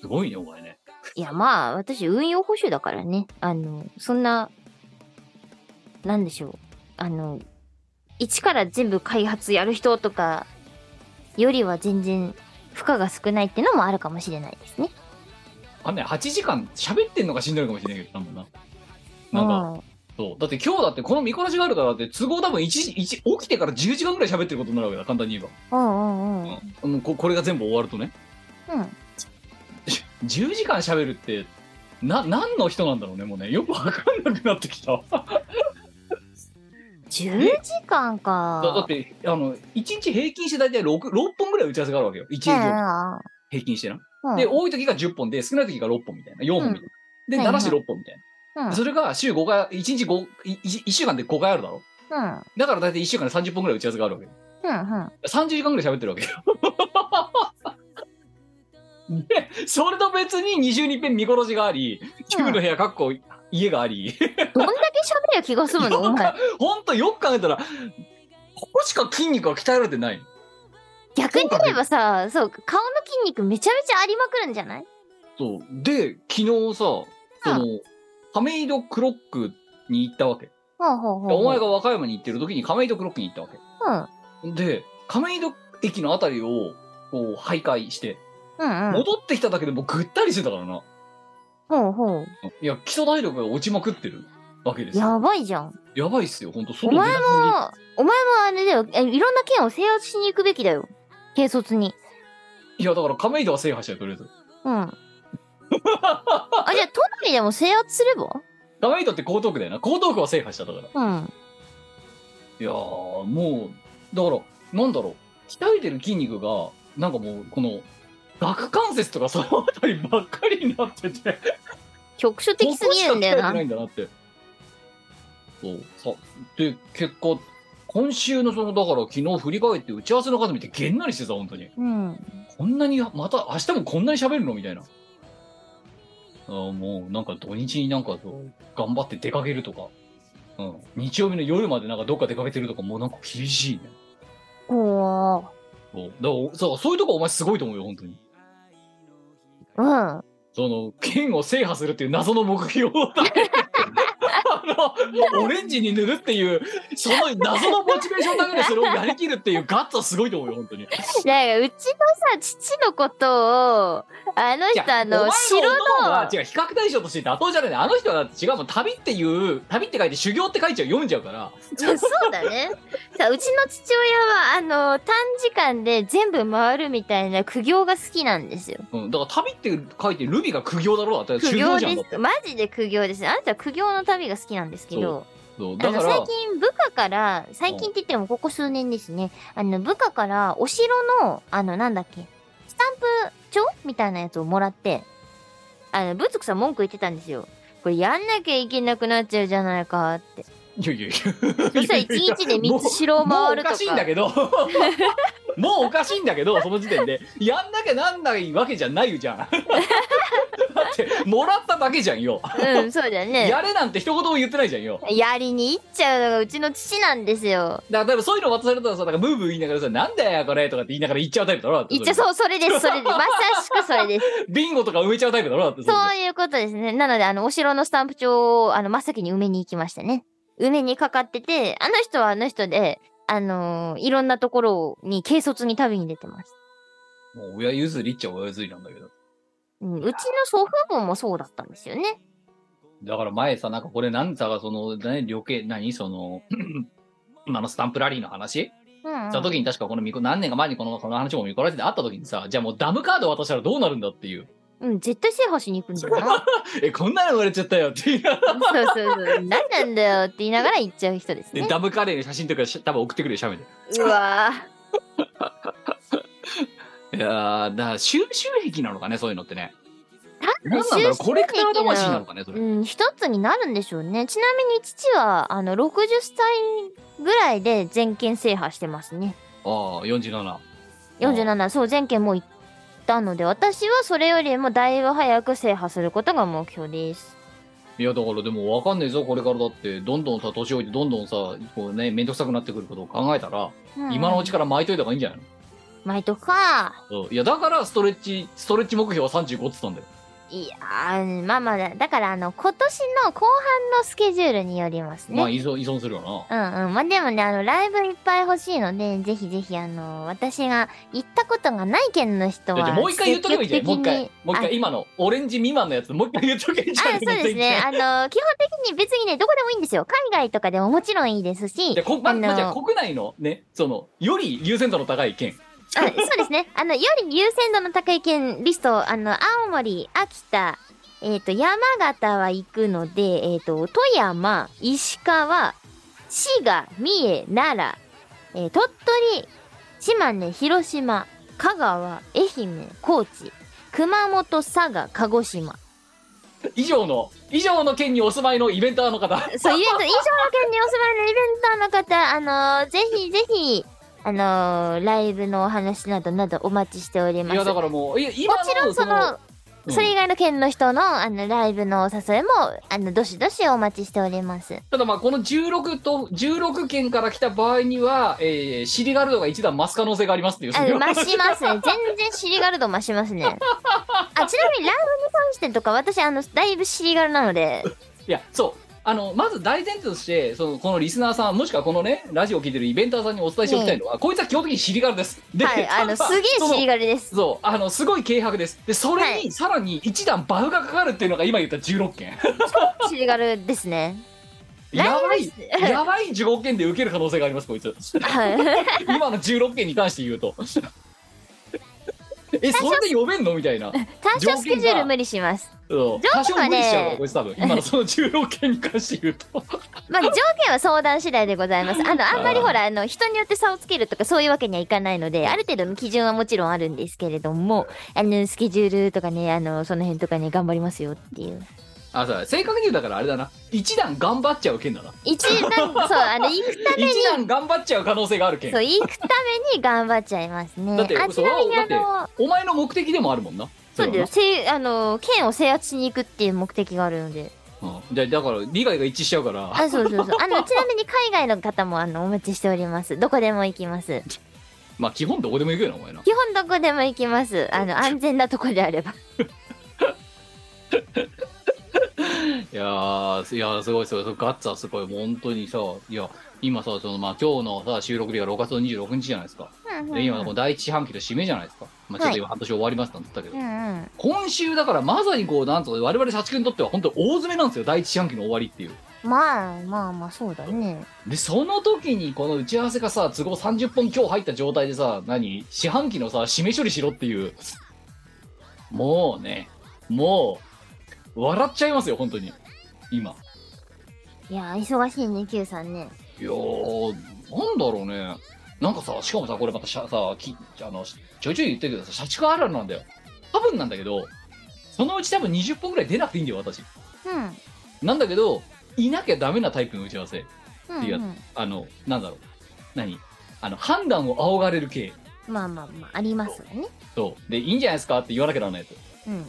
C: すごいね、お前ね。
D: いや、まあ、私、運用保守だからね。あの、そんな、なんでしょう。あの、一から全部開発やる人とかよりは全然負荷が少ないってのもあるかもしれないですね。
C: あんね8時間喋ってんのがしんどいかもしれないけどなもんななんか、
D: うん
C: そうだって今日だってこの見こなしがあるからだって都合多分1時一起きてから10時間ぐらい喋ってることになるわけだ簡単に言え
D: うんうんうん
C: ば、うんうんここれが全部終わるとね
D: うん
C: 10時間喋るってな何の人なんだろうねもうねよくわかんなくなってきただ
D: 10時間
C: だっ
D: か。
C: てあの1日平均して大体 6, 6本ぐらい打ち合わせがあるわけよ1営業平均してな、
D: うん
C: で多い時が10本で少ない時が6本みたいな4本
D: は
C: みたいな、
D: い
C: で
D: は
C: 7
D: い
C: し6本みたいな、
D: うん
C: それが週5回1日5 1, 1週間で5回あるだろ
D: うん
C: だから大体1週間で30本ぐらい打ち合わせがあるわけよ
D: うんうん
C: 30時間ぐらい喋ってるわけよ。 で、それと別に2週に一遍見殺しがあり、旧の部屋、かっこ家があり、
D: どんだけ喋る気が済むの お前
C: ほんとよく考えたら、ここしか筋肉が鍛えられてない。
D: 逆に例えばさそう顔の筋肉めちゃめちゃありまくるんじゃない
C: そう。で、昨日さ、その、亀戸クロックに行ったわけ。
D: ほうほうほうほう
C: お前が和歌山に行ってる時に亀戸クロックに行ったわけ。で、亀戸駅のあたりを、こう、徘徊して、
D: うんうんうん
C: 戻ってきただけでもうぐったりしてたからな。
D: ほうほう
C: いや、基礎体力が落ちまくってるわけですよ。
D: やばいじゃん
C: やばいっすよ、ほんと。
D: お
C: 外出
D: 前
C: な
D: も
C: くなり、
D: お前もあれだよ、えいろんな県を制圧しに行くべきだよ。軽率に。
C: いや、だから亀戸は制覇したよ、とりあえず。
D: うん。あ、じゃあ、都内でも制圧すれば
C: 亀戸って江東区だよな。江東区は制覇した、だから。
D: うん。
C: いやー、もう、だから、なんだろう。鍛えてる筋肉が、なんかもう、この、顎関節とかそのあたりばっかりになってて、
D: 局所的すぎるんだよ
C: ここし
D: な。
C: か鍛えてないんだなって。そう。さ、で、結果、今週のその、だから昨日振り返って打ち合わせの数見てげんなりしてた、本当に。
D: うん。
C: こんなに、また明日もこんなに喋るのみたいな。あーもうなんか土日になんかそう頑張って出かけるとか、うん、日曜日の夜までなんかどっか出かけてるとか、もうなんか厳しいね。
D: こ
C: そうだからそうそういうとこお前すごいと思うよ、本当に。
D: う。うん。
C: その、剣を制覇するっていう謎の目標を立ててあの、オレンジに塗るっていう、その謎のモチベーションだけでそれをやりきるっていうガッツはすごいと思うよ、本当に。
D: だから、うちのさ、父のことを、あの
C: いや
D: 人、あ
C: お前
D: の、城の、
C: 方は違う比較対象として妥当じゃないねあの人はだって違うもん旅っていう旅って書いて修行って書いちゃう読んじゃうから
D: そうだ ね。さ、うちの父親は、あの、短時間で全部回るみたいな苦行が好きなんですよ。
C: うんだから旅って書いてルビが苦行だろだって
D: 苦
C: 修
D: 行
C: 行
D: で
C: じゃんだって
D: す。マジで苦行です。あなたは苦行の旅が好きなんですけど。
C: そう
D: あ
C: だ
D: の
C: から
D: 最近部下から最近って言ってもここ数年ですねあの部下からお城のあのなんだっけスタンプ帳みたいなやつをもらってあのぶつくさん文句言ってたんですよこれやんなきゃいけなくなっちゃうじゃないかって
C: いやいやいや
D: そしたら1日で3つ城を回ると
C: もうおかしいんだ
D: か
C: けどもうおかしいんだけどその時点でやんなきゃなんないわけじゃないじゃんだってもらっただけじゃんよ
D: うんそうだね
C: やれなんて一言も言ってないじゃんよ
D: やりに行っちゃうのがうちの父なんですよ
C: だから多分そういうの渡されたらさなんかムーブー言いながらさ「なんだよこれ」とかって言いながら言っちゃうタイプだろだって
D: 行っちゃそうそれですそれですまさしくそれです
C: ビンゴとか埋めちゃうタイプだろだってれで
D: そういうことですね。なので、あの、お城のスタンプ帳を、あの、真っ先に埋めに行きましたね。埋めにかかってて、あの人はあの人で、あのーいろんなところに軽率に旅に出てます。
C: もう親譲りっちゃ親譲りなんだけど。
D: うん、うちの祖父母もそうだったんですよね。
C: だから前さ、なんかこれなんさがその、ね、旅券、何その、 今のスタンプラリーの話、
D: うん、うん。
C: した時に確かこのミコ、何年か前にこのこの話も見こられてあった時にさ、じゃあもうダムカード渡したらどうなるんだっていう。
D: うん、絶対制覇しに行くんだよな。
C: え、こんなの生まれちゃったよって いう。
D: そうそうそう。何なんだよって言いながら行っちゃう人です
C: で、
D: ね。
C: ダムカレーの写真とかし多分送ってくるよ、写メ
D: うわ
C: で。いやー、だから収集癖なのかね、そういうのってね。
D: ぁ。
C: なんなんだろう、コレクター
D: 収集癖
C: 魂なのかね、それ。
D: うん、一つになるんでしょうね。ちなみに父は、あの、60歳ぐらいで全県制覇してますね。
C: ああ、47。
D: 47、そう、全県もう行ったので、私はそれよりもだいぶ早く制覇することが目標です。
C: いやだからでもわかんねえぞこれからだってどんどんさ年老いてどんどんさこうね面倒くさくなってくることを考えたら、
D: うん
C: 今のうちから巻いといた方がいいんじゃない
D: 毎度か。
C: の、うんいやだからストレッチストレッチ目標は35っつったんだよ
D: いやー、まあまあだ、だからあの、今年の後半のスケジュールによりますね。
C: まあ依存依存するよな。
D: うんうん。まあでもね、あの、ライブいっぱい欲しいので、ぜひぜひ、あの、私が行ったことがない県の人
C: じゃあ
D: は、
C: もう一回言っとけばいいんじゃないもう
D: 積
C: 一回
D: 極的に。
C: もう一
D: あ
C: 回、今のオレンジ未満のやつ、もう一回言っとけばいいんじゃない
D: あ、そうですね。あの、基本的に別にね、どこでもいいんですよ。海外とかでももちろんいいですし
C: じゃ、あ、こま
D: あの
C: まあじゃあ国内のね、その、より優先度の高い県。
D: あそうですね。あの、より優先度の高い県リスト、あの、青森、秋田、えっ、と、山形は行くので、えっ、と、富山、石川、滋賀、三重、奈良、えー鳥取、島根、広島、香川、愛媛、高知、熊本、佐賀、鹿児島。
C: 以上の、以上の県にお住まいのイベンターの方。
D: そう、イベント、飲食券にお住まいのイベントの方、あのーぜひぜひ、あのーライブのお話などなどお待ちしておりま
C: い
D: す。
C: や、だ
D: も
C: からもう、いや今
D: ちろんその、
C: うん
D: それ以外の県の人のあのライブのお誘いもあのどしどしお待ちしております。
C: ただまあ、この16と、16県から来た場合には、えー、シリガルドが一段増す可能性がありますっていう。
D: あ
C: それは
D: 増しますね。全然シリガルド増しますね。 あちなみにライブに関してとか私あのだいぶシリガルなので、
C: いや、そう。あの、まず大前提として、その、このリスナーさん、もしくはこのね、ラジオを聞いてるイベンターさんにお伝えしておきたいのは、こいつは基本的にシリガルです。で
D: はい、あのす
C: た
D: げ
C: だ
D: え
C: その
D: シリガルです。
C: そう、あの、すごい軽薄です。で、そ
D: は
C: れ
D: い
C: に、さらに一段バフがかかるっていうのが今言った16件。
D: シリガルです ね。
C: やばい、
D: ライブ
C: やばい15件で受ける可能性があります、こ いつ。
D: はい。
C: 今の16件に関して言うと。 え、それで呼べんのみたいな。
D: 単勝スケジュール無理します。
C: そう
D: 上
C: 多
D: 手
C: 少
D: はね
C: 無理しちゃうから、こいつ多分。今のその16件に関して言うと。
D: まあ、条件は相談次第でございます。あの、あんまりほら、あの、人によって差をつけるとかそういうわけにはいかないので、ある程度の基準はもちろんあるんですけれども、あの、スケジュールとかね、あの、その辺とかね、頑張りますよっていう。
C: あ、そうだ正確に言うだからあれだな。一段頑張っちゃう件だな。
D: 一段、そう、あの、行くために、
C: 一段頑張っちゃう可能性がある件
D: そ。う、行くために頑張っちゃいますね。
C: だって
D: あ、ちなみにあの、
C: お前の目的でもあるもんな。
D: そうだよ、
C: す。
D: せいあの、県を制圧しに行くっていう目的があるので。
C: うんでだから、理解が一致しちゃうから。
D: あ、そうそうそう。あの、ちなみに海外の方も、あの、お待ちしております。どこでも行きます。
C: まあ基本どこでも行くよなお前な。
D: 基本どこでも行きます。あの、安全なとこであれば。
C: いやーすいやーすごいすごいすごいガッツはすごいもう本当にさいや今さそのまあ今日のさ収録日が6月の26日じゃないですか。で今この第一四半期の締めじゃないですか。まあちょっと今半年終わりましたって言ったけ
D: う
C: ど、
D: んうん。
C: 今週だからまさにこうなんとか我々社畜にとっては本当に大詰めなんですよ第一四半期の終わりっていう。
D: まあまあまあそうだね。
C: でその時にこの打ち合わせがさ都合30本今日入った状態でさ何四半期のさ締め処理しろっていうもうねもう笑っちゃいますよ本当に今
D: いやー忙しいね Q さんね。
C: いやーなんだろうねなんかさしかもさこれまたしゃさきあのちょいちょい言ってるけどさ社畜あるあるなんだよ多分なんだけどそのうち多分20本ぐらい出なくていいんだよ私
D: う
C: なんだけどいなきゃダメなタイプの打ち合わせ
D: ん。
C: いや
D: うんうん
C: あのなんだろう何あの判断を仰がれる系
D: まあまあまあありますよね。
C: そう。で、いいんじゃないですかって言わなきゃならないと。
D: うん。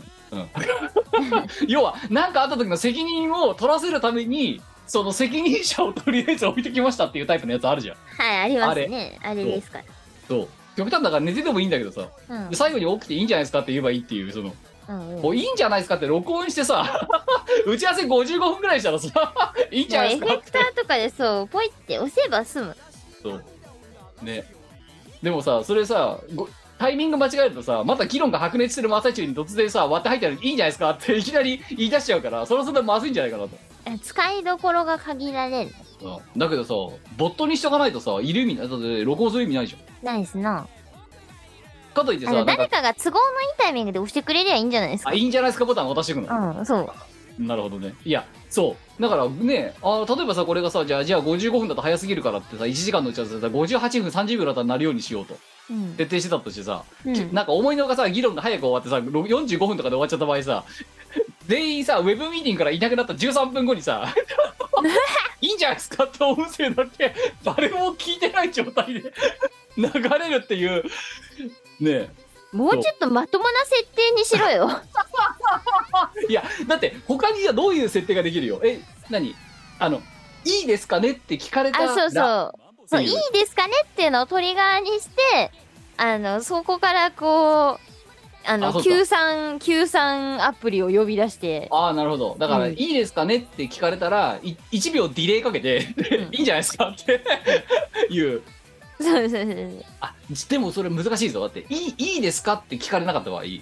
C: 要は、何かあった時の責任を取らせるために、その責任者をとりあえず置いてきましたっていうタイプのやつあるじゃん。
D: はいありますね。あれ
C: そう
D: ですか
C: そう。極端だから寝ててもいいんだけどさ、
D: ら。うん
C: で。最後に起きていいんじゃないですかって言えばいいっていう、その、
D: うんうん。
C: もういいんじゃないですかって録音してさ、 打ち合わせ55分ぐらいしたらさ、 いいんじゃない
D: エ
C: で
D: フ
C: すか
D: ェクターとかでそうポイって押せば済む。
C: そう。ね。でもさ、それさ、ごタイミング間違えるとさ、また議論が白熱してる真っ最中に突然さ、割って入ったらいいんじゃないですかっていきなり言い出しちゃうから、それはそれでまずいんじゃないかなと。
D: あ使いどころが限られる。
C: うんだけどさボットにしとかないとさいる意味ないだって録音する意味ないじゃん
D: ないですな。
C: かといって
D: あ
C: さな
D: の
C: んか
D: 誰かが都合のいいタイミングで押してくれりゃいいんじゃないですか
C: あい。いんじゃないですかボタン渡してくの、
D: うんそう。
C: なるほどねいやそうだからねあ例えばさこれがさじゃあじゃあ55分だと早すぎるからってさ1時間のうちはさ58分30秒だったらなるようにしようと
D: うん。
C: 徹底してたとしてさ、
D: うん
C: きなんか思いのほかさ議論が早く終わってさろ45分とかで終わっちゃった場合さ 全員さウェブミーティングからいなくなった13分後 にさいいんじゃないですかって音声だけ誰も聞いてない状態で 流れるっていうねえ
D: もうちょっとまともな設定にしろよ。
C: いやだって他にはどういう設定ができるよえ何あのいいですかねって聞かれた
D: あ、そう
C: ら
D: そう。そう、
C: って
D: い
C: い
D: いうですかねっていうのをトリガーにして、あの、そこからこう、あ
C: あ
D: の
C: そうか
D: 93 93アプリを呼び出して
C: ああなるほどだから「
D: うん
C: いいですかね?」って聞かれたらい1秒ディレイかけて
D: うん
C: 「いいんじゃないですか?」って言う
D: そうそうそうそう
C: あじでもそれ難しいぞだって「いいいいですか?」って聞かれなかった場合
D: うん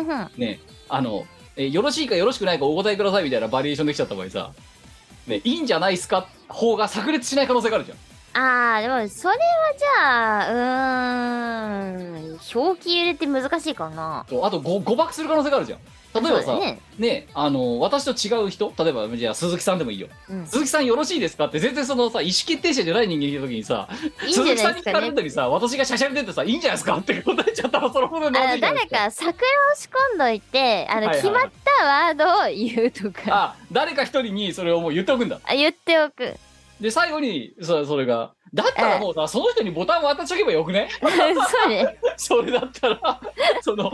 D: うん
C: ねあのえよろしいかよろしくないかお答えくださいみたいなバリエーションできちゃった場合さ「ね、いいんじゃないですか?」方が炸裂しない可能性があるじゃん
D: ああでもそれはじゃあうーん表記入れって難しいかな
C: とあとご誤爆する可能性があるじゃん例え
D: そう
C: ばさ
D: だ
C: ね
D: ね
C: あの私と違う人例えばじゃあ鈴木さんでもいいよ
D: うん
C: 鈴木さんよろしいですかって全然そのさ意思決定者じゃない人間いる時にさ
D: いいんじ
C: 鈴
D: ゃ
C: 木
D: な
C: さ
D: いで
C: んに
D: すか
C: 聞かれ
D: ね
C: た時さ私がしゃしゃり出てさ「いいんじゃないですか?」って答えちゃったらそのほど
D: あ
C: まず
D: の
C: いじゃない
D: 誰
C: ですか
D: か桜を仕込んどいてあの
C: はいはい
D: 決まったワードを言うとか
C: あ誰か一人にそれをもう言っておくんだ
D: あ言っておく
C: で最後にそそれがだったらもうさその人にボタン渡しとけばよくね
D: そう ね
C: それだったら その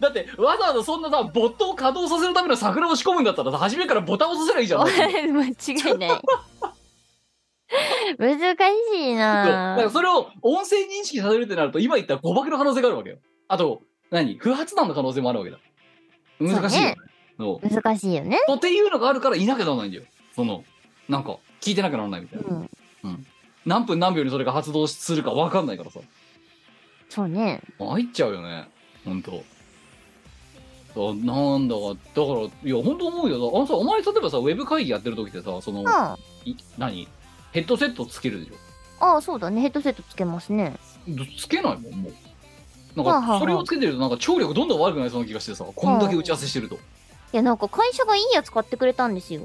C: だってわざわざそんなさボットを稼働させるための桜を仕込むんだったらさ初めからボタンを押させればいいじゃんだって
D: 間違いない 難しい
C: そう
D: な
C: だからそれを音声認識させるってなると今言った誤爆の可能性があるわけよあと何不発弾の可能性もあるわけだ難しいよねそう
D: 難しいよね、
C: とっていうのがあるからいなきゃならないんだよそのなんか聞いてなきゃならないみたいな、
D: うん、
C: 何分何秒にそれが発動するか分かんないからさ
D: そうね
C: 入っちゃうよねほんとあなんだかだからいや本当思うよあのさお前例えばさウェブ会議やってる時ってさその、
D: うんあ
C: い何ヘッドセットつけるでしょ
D: あそうだねヘッドセットつけますね
C: つけないもんもう
D: はあ
C: な
D: は
C: ん
D: あは
C: か
D: あ
C: それをつけてるとなんか聴力どんどん悪くなりそうな気がしてさこんだけ打ち合わせしてると
D: いやなんか会社がいいやつ買ってくれたんですよ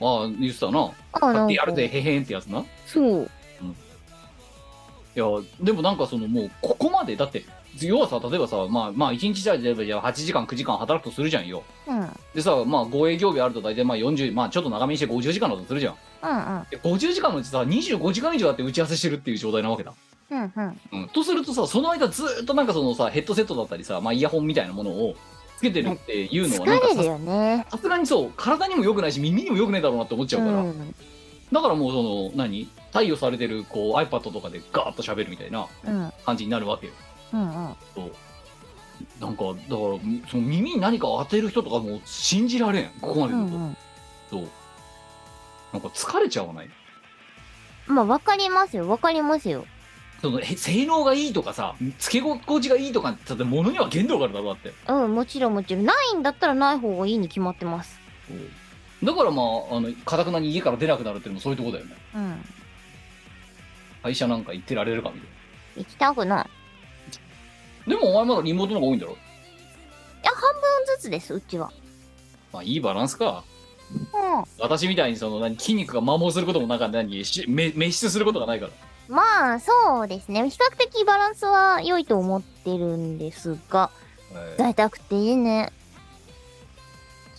C: ああ言ってたな
D: ああ
C: 買
D: な
C: っ
D: ん
C: て
D: か
C: やるぜへへんってやつな
D: そう
C: いやでもなんかそのもうここまでだって要はさ例えばさまあまあ1日じゃ例えばじゃあ8時間9時間働くとするじゃんよ
D: うんうん
C: でさまあ護営業日あると大体まあ40まあちょっと長めにして50時間だとするじゃん
D: うん
C: で50時間のうちさ25時間以上だって打ち合わせしてるっていう状態なわけだ、
D: うんうん
C: うん、とするとさその間ずーっとなんかそのさヘッドセットだったりさまあイヤホンみたいなものをつけてるっていうのはなんか
D: 疲れる
C: さ
D: よね
C: さすがにそう体にも良くないし耳にも良くないだろうなって思っちゃうから、
D: うん
C: だからもうその何貸与されてるこう iPad とかでガーッと喋るみたいな
D: うん
C: 感じになるわけよ
D: うんうん
C: そうなんかだからその耳に何か当てる人とかもう信じられんここまで
D: う
C: 来る
D: ん
C: と、
D: うん
C: そうなんか疲れちゃわない
D: まあわかりますよわかりますよ
C: そのえ性能がいいとかさつけ心地がいいとかだって物には限度があるだろだって
D: うんもちろんもちろんないんだったらない方がいいに決まってます
C: だからまああのかたくなに家から出なくなるっていうのもそういうとこだよね
D: うん
C: 会社なんか行ってられるかみたい
D: 行きたくない
C: なでもお前まだリモートの方が多いんだろ
D: いや半分ずつですうちは
C: まあいいバランスか
D: う
C: 私みたいにその何筋肉が摩耗することもなんか何しめ滅出することがないから
D: んまあそうですね比較的バランスは良いと思ってるんですが
C: えー
D: 在宅っていいね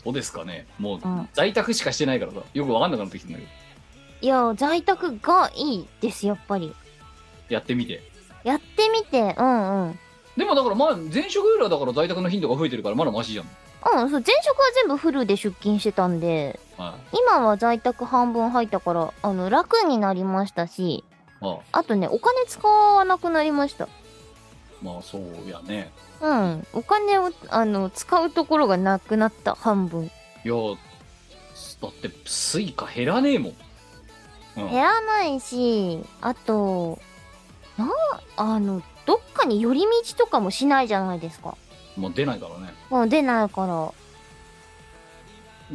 C: そうですかねもう
D: うん
C: 在宅しかしてないからさよくわかんなくなってきてんだけど
D: いや在宅がいいですやっぱり
C: やってみて
D: やってみてうんうん
C: でもだからまあ前職よりはだから在宅の頻度が増えてるからまだマシじゃん、
D: うん、そう前職は全部フルで出勤してたんで
C: は
D: 今は在宅半分入ったからあの楽になりましたし
C: い、ま
D: あとねお金使わなくなりました
C: あまあそうやね
D: うんお金をあの使うところがなくなった半分
C: いやだってスイカ減らねえもん、うん、
D: 減らないしあとなあのどっかに寄り道とかもしないじゃないですか
C: もう出ないからね
D: もう出ないから
C: だか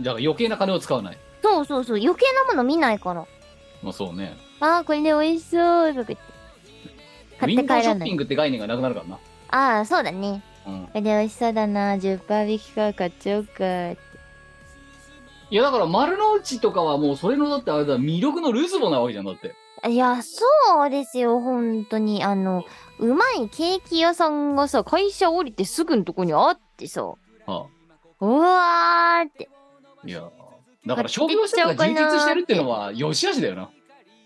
C: ら余計な金を使わない
D: そうそうそう余計なもの見ないから
C: まあそうね
D: あーこれね美味しそうとか言って
C: ウ
D: 買っ
C: ィ
D: て
C: ンドウ
D: 帰
C: ショ
D: ら
C: ッ
D: な
C: ピ
D: い
C: ングって概念がなくなるからな
D: ああそうだね
C: うん
D: これ美味しそうだな10%引きか買っちゃおうか
C: いやだから丸の内とかはもうそれのだってあれだ魅力のルツボなわけじゃん だって
D: いやそうですよ本当にあのうまいケーキ屋さんがさ会社降りてすぐのとこにあってさう
C: は
D: わーって
C: あいやだから商業施設が充実してるっていうのは良し悪しだよな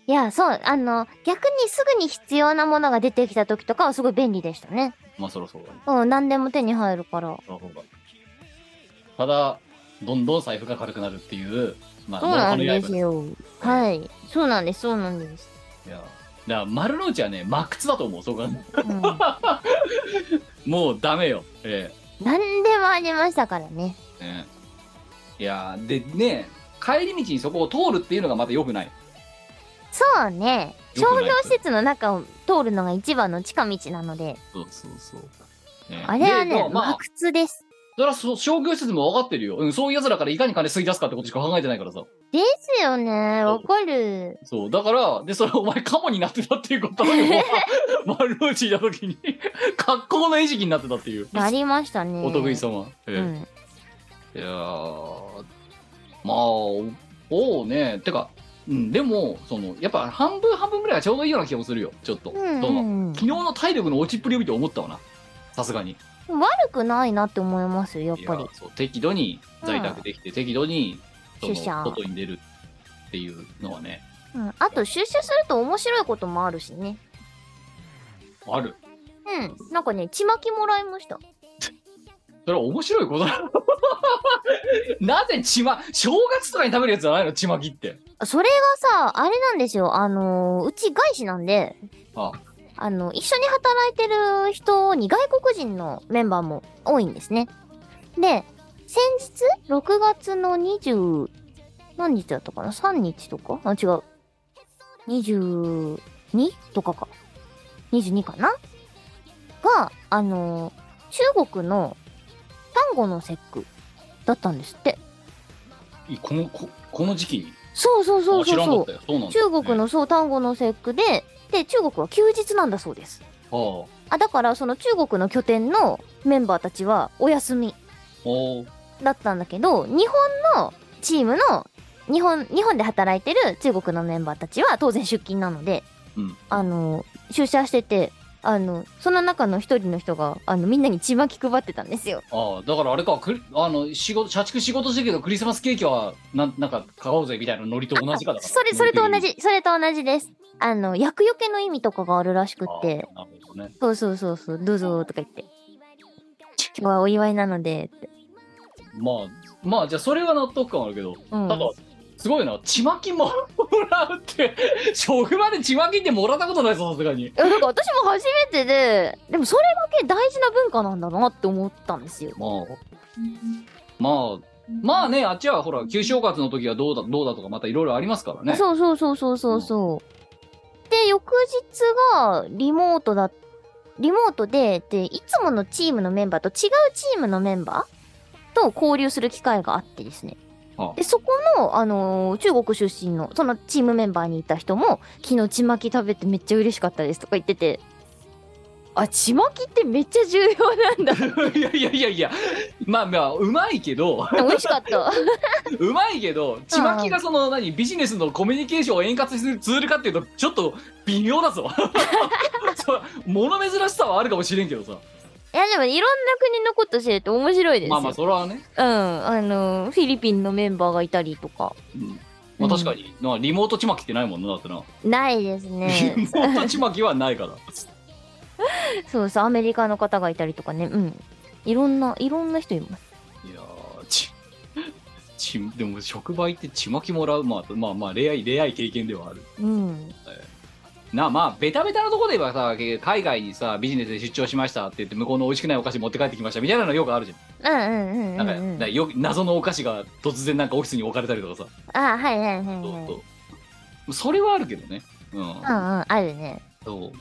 C: い
D: やそうあの逆にすぐに必要なものが出てきた時とかはすごい便利でしたね
C: まあそろそろだね
D: うん何でも手に入るから
C: そろそろだただどんどん財布が軽くなるっていうまあ
D: そうなん
C: の
D: ですよはいそうなんですそうなんです、
C: いやだから丸の内はねマックスだと思うそうか、
D: うん、
C: もうダメよ。え
D: 何でもありましたからね。
C: えええいやーでね帰り道にそこを通るっていうのがまた良くない。
D: そうね。
C: よく
D: 商
C: ない
D: 業施設の中を通るのが一番の近道なので、
C: そうそうそう。ね
D: あれは
C: で
D: ね、
C: まあ、まあ
D: 真、靴です。
C: それはそう商業施設も分かってるよ。うん、そういう奴らからいかに金吸い出すかってことしか考えてないからさ。
D: ですよね。わかる。
C: そう。だから、で、それお前カモになってたっていうことを、 丸の内いた時に、格好の餌食になってたっていう。
D: なりましたね。
C: お得意様。え
D: う
C: え
D: ん。
C: いやーまあおおうねてか、うん、でもそのやっぱ半分半分ぐらいがちょうどいいような気もするよちょっと、
A: うんうん
C: そうの
D: ん。
C: 昨日の体力の落ちっぷりを見て思ったわなさすがに
D: 悪くないなって思いますよ、やっぱ
C: い
D: り
C: や。そう適度に在宅できて、適度にその
D: 出社
C: 外に出るっていうのはね
D: うん。あと、出社すると面白いこともあるしね。
C: ある
D: うん。なんかね、ちまきもらいました。
C: それは面白いことだ なぜちま正月とかに食べるやつじゃないのちまきって
D: それがさ、あれなんですよ。あのーうち外資なんで、
C: あ
D: あの、一緒に働いてる人に外国人のメンバーも多いんですね。で、先日、6月の20、何日だったかな ?3 日とかあ、違う。22とかか。22かなが、あのー中国の端午の節句だったんですって。
C: いこのここの時期に
D: そうそうそう
C: あ知
D: そう
C: らんか
D: そ
C: ったよそうなん
D: う。
C: だ
D: 中国のそう、端午の節句で、で、中国は休日なんだそうです。
C: ああ
D: あだからその中国の拠点のメンバーたちはお休み
C: おー
D: だったんだけど日本のチームの日本日本で働いてる中国のメンバーたちは当然出勤なので、
C: うん
D: あの出社しててあのその中の一人の人があのみんなにちまき配ってたんですよ。
C: ああだからあれかくあの仕事社畜仕事してるけどクリスマスケーキはなんなんか買おうぜみたいなノリと同じかだから
D: それそれと同じそれと同じです。あの厄除けの意味とかがあるらしく
C: ああ
D: って
C: なるほどね
D: そうそうそうそうどうぞとか言って今日はお祝いなのでって。
C: まあまあじゃあそれは納得感あるけど、
D: うん
C: ただすごいなちまきももらうって 職場でちまきってもらったことないぞさすがに
D: いやなんか私も初めてででもそれだけ大事な文化なんだなって思ったんですよ。
C: まあまあまあねあっちはほら旧正月の時はどうだどうだとかまたいろいろありますからね
D: そうそうそうそうそうそう。で翌日がリモートだリモートででいつものチームのメンバーと違うチームのメンバーと交流する機会があってですね
C: ああ。
D: でそこの、あのー中国出身のそのチームメンバーにいた人も「昨日ちまき食べてめっちゃ嬉しかったです」とか言っててあちまきってめっちゃ重要なんだ
C: いやいやいやいやまあまあうまいけど
D: 美味しかった。
C: うまいけどちまきがその何ビジネスのコミュニケーションを円滑にするツールかっていうとちょっと微妙だぞ そう物珍しさはあるかもしれんけどさ
D: いやでもいろんな国のこと知れて面白いですよ。
C: まあまあそれはね、
D: うん、あのフィリピンのメンバーがいたりとか。
C: うんまあ、確かに、なリモートちまきってないもんなだってな、
D: ないです
C: リ モ
D: ね。
C: ートちまきはないから
D: そうそう、アメリカの方がいたりとかね。うん。いろんな、いろんな人います。
C: いやーちちでも職場行ってちまきもらう、まあ、まあまあ恋愛恋愛経験ではある
D: うん。
C: なあまあベタベタなとこで言えばさ海外にさビジネスで出張しましたって言って向こうの美味しくないお菓子持って帰ってきましたみたいなのよくあるじゃん
D: うんうんうんう
C: なん
D: ん
C: か、
D: うん。
C: なよ謎のお菓子が突然なんかオフィスに置かれたりとかさ、
D: あはいはいはいはい。
C: そ
D: う
C: う
D: んうん、
C: そうそれはあるけどね、うん
D: あるね。
C: そう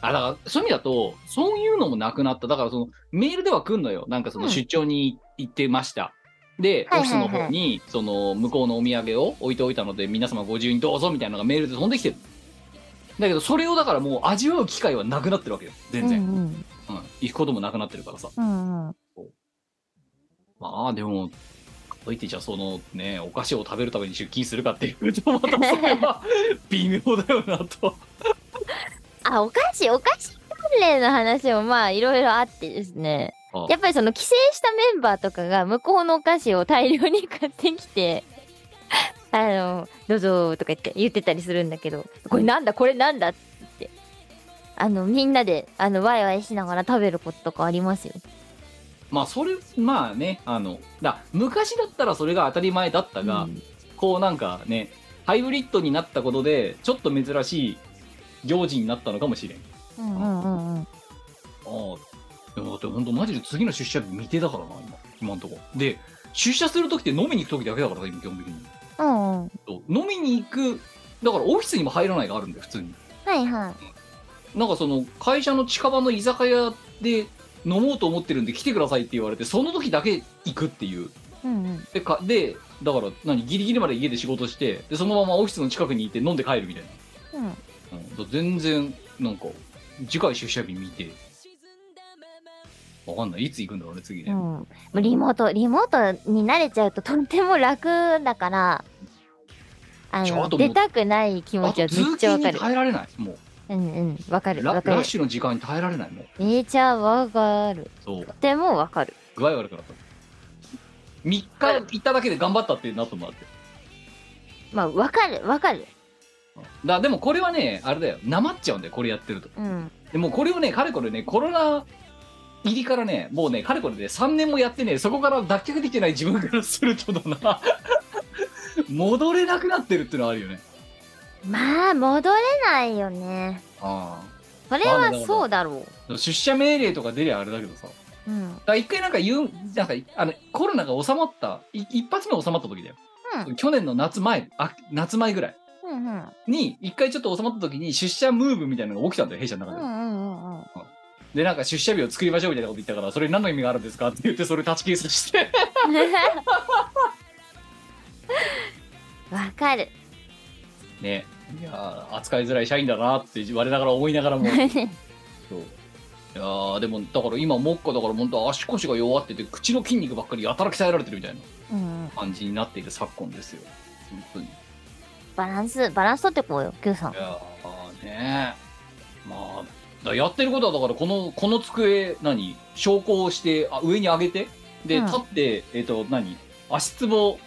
C: あだからそういう意味だとそういうのもなくなっただからそのメールでは来んのよなんかその
D: うん
C: 出張に行ってました、で、
D: はいはいはい
C: オフィスの方にその向こうのお土産を置いておいたので皆様ご自由にどうぞみたいなのがメールで飛んできてるだけどそれをだからもう味わう機会はなくなってるわけよ
D: う
C: 全
D: んう
C: 然、
D: ん。
C: うん行くこともなくなってるからさ
D: うんうん。
C: まあでも、かといってじゃあそのね、お菓子を食べるために出勤するかっていうと、またそれ は微妙だよなと。
D: あ、お菓子、お菓子関連の話もまあいろいろあってですね
C: あ。
D: やっぱりその帰省したメンバーとかが向こうのお菓子を大量に買ってきて、 あの、どうぞとか言って言ってたりするんだけど、これなんだこれなんだって言って、あの、みんなで、あの、ワイワイしながら食べることとかありますよ。
C: まあそれ、まあね、あの、だ昔だったらそれが当たり前だったが、
D: うん
C: こうなんかね、ハイブリッドになったことで、ちょっと珍しい行事になったのかもしれん。
D: うんうんうんうん。
C: ああでもだって本当マジで次の出社日未定だからな、今。今んとこ。で、出社するときって飲みに行くときだけだからさ、今基本的に。
D: うんうん。
C: そう飲みに行く、だからオフィスにも入らないがあるんで、普通に。
D: はいはい。
C: なんかその、会社の近場の居酒屋で飲もうと思ってるんで来てくださいって言われて、その時だけ行くっていう。
D: うんうん。
C: で、かでだから何、ギリギリまで家で仕事して、で、そのままオフィスの近くに行って飲んで帰るみたいな。
D: うん。
C: うん、だから全然、なんか、次回出社日見て、わかんない。いつ行くんだろうね、次ね。
D: うん、リモートリモートに慣れちゃうととっても楽だからあ
C: ちょっ
D: の
C: ともう
D: 出たくない気持
C: あ
D: ち
C: と
D: は
C: 通
D: めっちゃ
C: 勤
D: わか
C: に
D: る
C: 耐えられない。もう。
D: うんうんわかる
C: ラ
D: わ
C: ラ
D: か
C: ッ
D: る
C: シュの時間に耐えられないもん
D: めちゃわかる
C: そう
D: とてもわかる
C: 具合悪くなった3日行っただけで頑張ったってなったもんだって
D: まあわかるわかる
C: だでもこれはねあれだよなまっちゃうんだよこれやってると
D: うん
C: でもうこれをねかれこれねコロナ入りからねもうねかれこれね3年もやってねそこから脱却できてない自分からするとだな 戻れなくなってるってのはあるよね
D: まあ戻れないよね
C: あ
D: それはそうだろ
C: あ出社命令とか出りゃあれだけどさ
D: ううん
C: だから一回なんか言うなんかあのコロナが収まったい一発目収まった時だよ、
D: う
C: 去年の夏前あ夏前ぐらい
D: うんうん
C: に一回ちょっと収まった時に出社ムーブみたいなのが起きたんだよ弊社の
D: う
C: 中
D: ん
C: で、
D: うん うんうん
C: でなんか出社日を作りましょうみたいなこと言ったからそれに何の意味があるんですかって言ってそれ立ち消しして
D: わかる
C: ねいやー扱いづらい社員だなって我ながら思いなが らもそういやーでもだから今もっかだから本当足腰が弱ってて口の筋肉ばっかりやたら鍛えられてるみたいな
D: うんうん
C: 感じになっている昨今ですよ本当に
D: バランスバランス取ってこうよ Q さん
C: いやーねまあだやってることはだからこのこの机何昇降してあ上に上げてで、
D: うん
C: 立ってえっ、と何足つぼ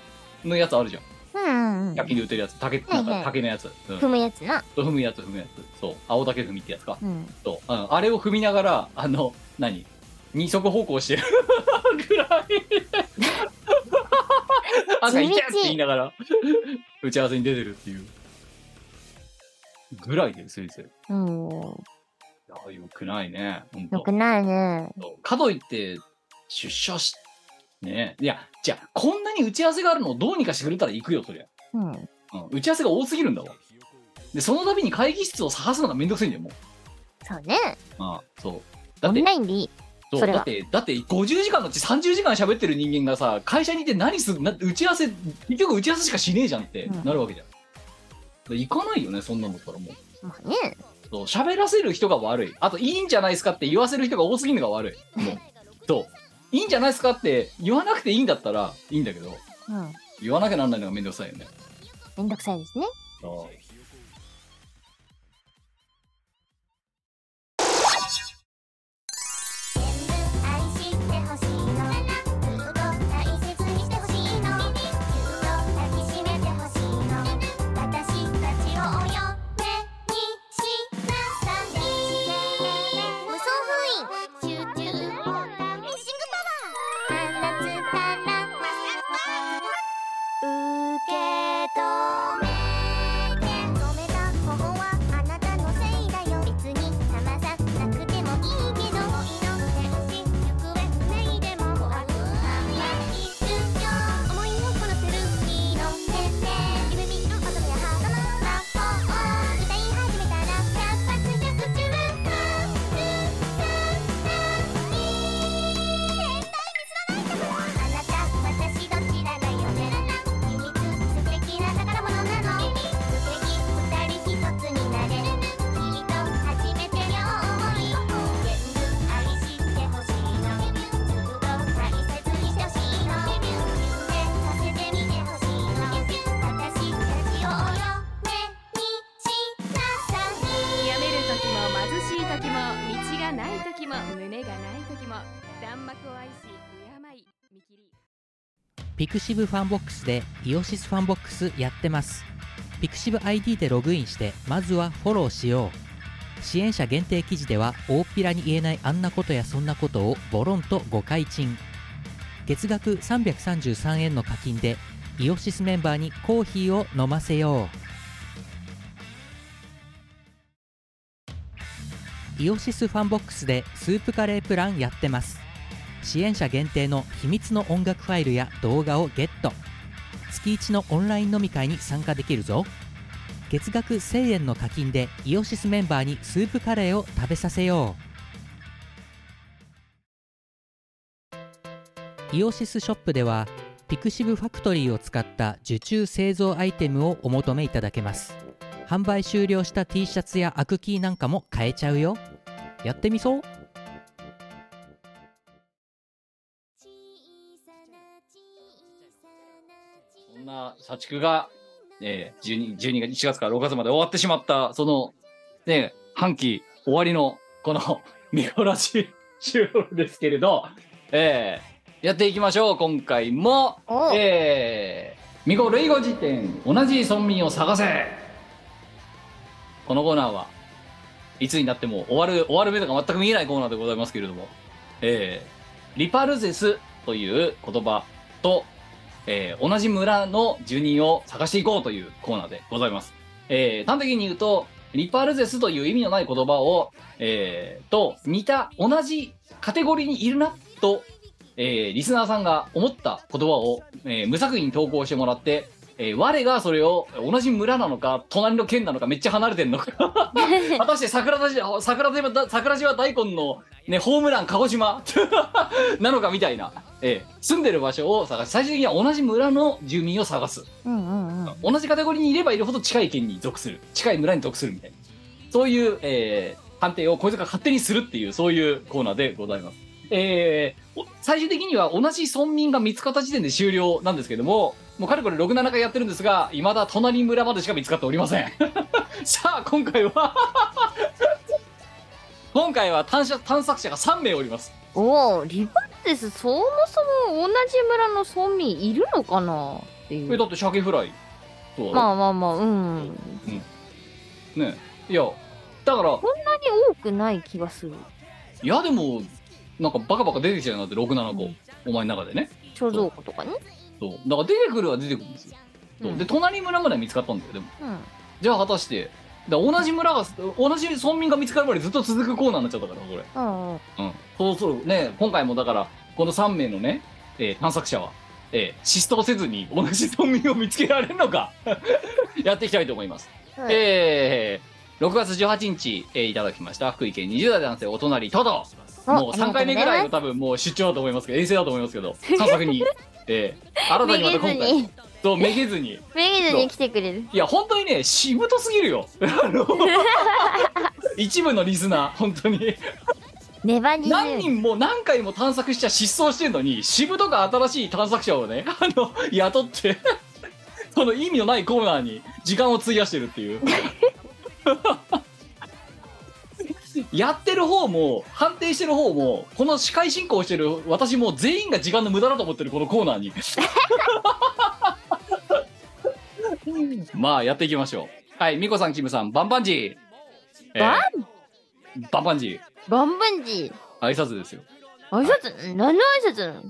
C: のやつあるじゃん
D: うんうんうん
C: 野球で打てるやつ竹なんか竹のやつ、うん
D: 踏むやつな
C: 踏むやつ踏むやつそう青竹踏みってやつか
D: うん
C: そう、うん、あれを踏みながらあの何二足歩行してるぐらい朝痛いって言いながら打ち合わせに出てるっていうぐらいで先生
D: うん。
C: いや、よくないね。ほんと
D: よくないね。
C: かといって、出社し、ねいや、じゃあ、こんなに打ち合わせがあるのをどうにかしてくれたら行くよ、そりゃ。
D: うん。
C: うん、打ち合わせが多すぎるんだわ。で、その度に会議室を探すのがめんどくさいんだよ、もう。
D: そうね。
C: ああそう。だ
D: オ
C: って
D: ン、ラインでいい。
C: そう
D: それは
C: だって、だって50時間のうち30時間喋ってる人間がさ、会社にいて何する、な打ち合わせ、結局打ち合わせしかしねえじゃんって
D: うん
C: なるわけじゃん。で行かないよね、そんなのだったらもう。
D: まあね。
C: そう喋らせる人が悪いあといいんじゃないですかって言わせる人が多すぎるのが悪 いもうそういいんじゃないですかって言わなくていいんだったらいいんだけど
D: うん。
C: 言わなきゃなんないのがめんどくさいよね
D: めんどくさいですね。
C: そう
A: 愛してほしいのずっと大切にしてほしいのずっと抱きしめてほしいの私たちをお嫁にしなさい無双封印集中フィッシングパワー放つから受け止め認めたここはあなたのせいだよ別に騙さなくてもいいけどもいの天使行方不明でも怖くはないよ思いをこなせるいの天使夢見る乙女やハートの魔法歌い始めたら百発百中あなた、私どちらだよね。秘密、素敵な宝物なの。素敵、二人一つになれ。きっと初めてよ思い。全部愛してほしいの。ずっと大切にしてほしいの。夢させてみてほしいの。私たちをお嫁にしなさい。
E: 病める時も貧しい時も道がない時も胸がない時も弾幕を愛し敬い見切り
B: ピクシブファンボックスでイオシスファンボックスやってますピクシブ ID でログインしてまずはフォローしよう支援者限定記事では大っぴらに言えないあんなことやそんなことをボロンと誤解賃月額333円の課金でイオシスメンバーにコーヒーを飲ませようイオシスファンボックスでスープカレープランやってます支援者限定の秘密の音楽ファイルや動画をゲット月1のオンライン飲み会に参加できるぞ月額1000円の課金でイオシスメンバーにスープカレーを食べさせようイオシスショップではピクシブファクトリーを使った受注製造アイテムをお求めいただけます販売終了した T シャツやアクキーなんかも買えちゃうよやってみそう
C: そんな社畜が、 えー、12, 12月、1月から6月まで終わってしまった、その、ね、半期終わりの、この、 見殺し収録ですけれど、えーやっていきましょう、今回も。
D: お
C: えー、巫女類語辞典、同じ村民を探せこのコーナーは、いつになっても終わる、終わる目とか全く見えないコーナーでございますけれども、えー、リパルゼスという言葉と、えー同じ村の住人を探していこうというコーナーでございます。えー端的に言うと、リパルゼスという意味のない言葉を、えーと、似た、同じカテゴリーにいるな、と、えーリスナーさんが思った言葉を、えー無作為に投稿してもらって、えー我がそれを同じ村なのか、隣の県なのか、めっちゃ離れてんのか。 果たして桜田島、桜島だ、桜島大根の、ね、ホームラン鹿児島 なのかみたいな、えー住んでる場所を探し、最終的には同じ村の住民を探す。
D: うんうんうん。
C: 同じカテゴリーにいればいるほど近い県に属する近い村に属するみたいなそういう、えー判定をこいつが勝手にするっていうそういうコーナーでございます、えーお最終的には同じ村民が見つかった時点で終了なんですけどももうかれこれ67回やってるんですがいまだ隣村までしか見つかっておりません さあ今回は 今回は探索探索者が3名おります
D: おお、リバルデス、そもそも同じ村の村民いるのかなってい
C: これ
D: う。
C: だって鮭フライとは
D: まあまあまあ、うん。
C: ねいやだから
D: こんなに多くない気がする。
C: いやでもなんかバカバカ出てきちゃうなって67個、
D: うん
C: お前の中でね
D: 貯蔵庫とかね。
C: そうだから出てくるは出てくるんですよ、そう
D: うん
C: で隣村までは見つかったんだよでも
D: うん。
C: じゃあ果たしてだから同じ村が同じ村民が見つかるまでずっと続くコーナーになっちゃったからこれ
D: うんうん。
C: うんそうそうね今回もだからこの3名のね、えー探索者は、えー、失踪せずに同じ村民を見つけられるのか やっていきたいと思います
D: はい
C: えー、6月18日、えーいただきました福井県20代男性お隣トド
D: あ
C: もう
D: ありがとうございます
C: 3回目ぐらいの多分もう出張だと思いますけど遠征だと思います けど探索に、えー、新たにまた今
D: めげず
C: 回
D: に
C: とめげずに
D: めげずに来てくれる。
C: いや本当にねしぶとすぎるよ あの一部のリスナー本当に
D: 粘り強い。
C: 何人も何回も探索しちゃ失踪してるのにしぶとく新しい探索者をね あの雇って その意味のないコーナーに時間を費やしてるっていう やってる方も判定してる方もこの司会進行してる私も全員が時間の無駄だと思ってるこのコーナーに まあやっていきましょうはいミコさんキムさんバンバンジー、
D: バ
C: ーバンバンジー
D: バンバンジー。
C: 挨拶ですよ
D: 挨拶何の挨拶なの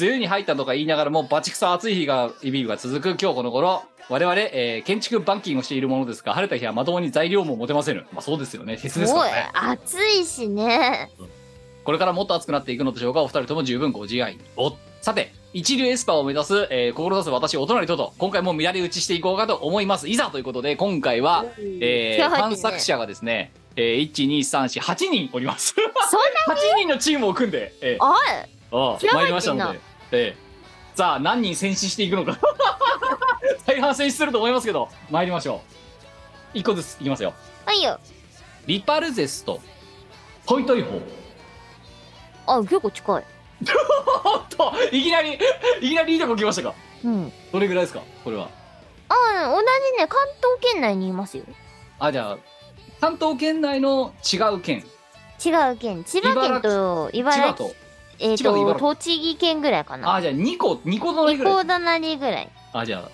C: 梅雨に入ったとか言いながらもバチクソ暑い日がイビが続く今日この頃我々、えー建築板金をしているものですが晴れた日はまともに材料も持てませぬまあそうですよね鉄です
D: す
C: か
D: ごい
C: らね
D: 暑いしね。
C: これからもっと暑くなっていくのでしょうかお二人とも十分ご自愛におさて一流エスパーを目指す、えー志す私お隣とと今回も乱れ打ちしていこうかと思いますいざということで今回は、えー
D: 今日はね
C: 探索者がですね、えー、1234,8人おります
D: そ ん
C: 8人のチームを組んで、えー
D: な、おい
C: ああ
D: 極ま
C: 参
D: っ
C: りましてた
D: んな
C: ので、ええ、さあ何人戦死していくのか 大半戦死すると思いますけど参りましょう一個ずついきますよ
D: はいよ。
C: リパルゼスとトイトイホー
D: あ、結構近い。
C: おっといきなりいきなりいいとこ来ましたか
D: うん。
C: どれぐらいですかこれは
D: あ、同じね、関東圏内にいますよ。
C: あじゃあ関東圏内の違う県
D: 違う県。千葉県と
C: 千葉
D: 茨城、
C: と
D: えっ、
C: 千葉と
D: と、
C: 茨城
D: 栃木県ぐらいかな。
C: あじゃあ2個2個隣
D: 二
C: ぐらい
D: 個だなりぐらい。
C: あじゃあ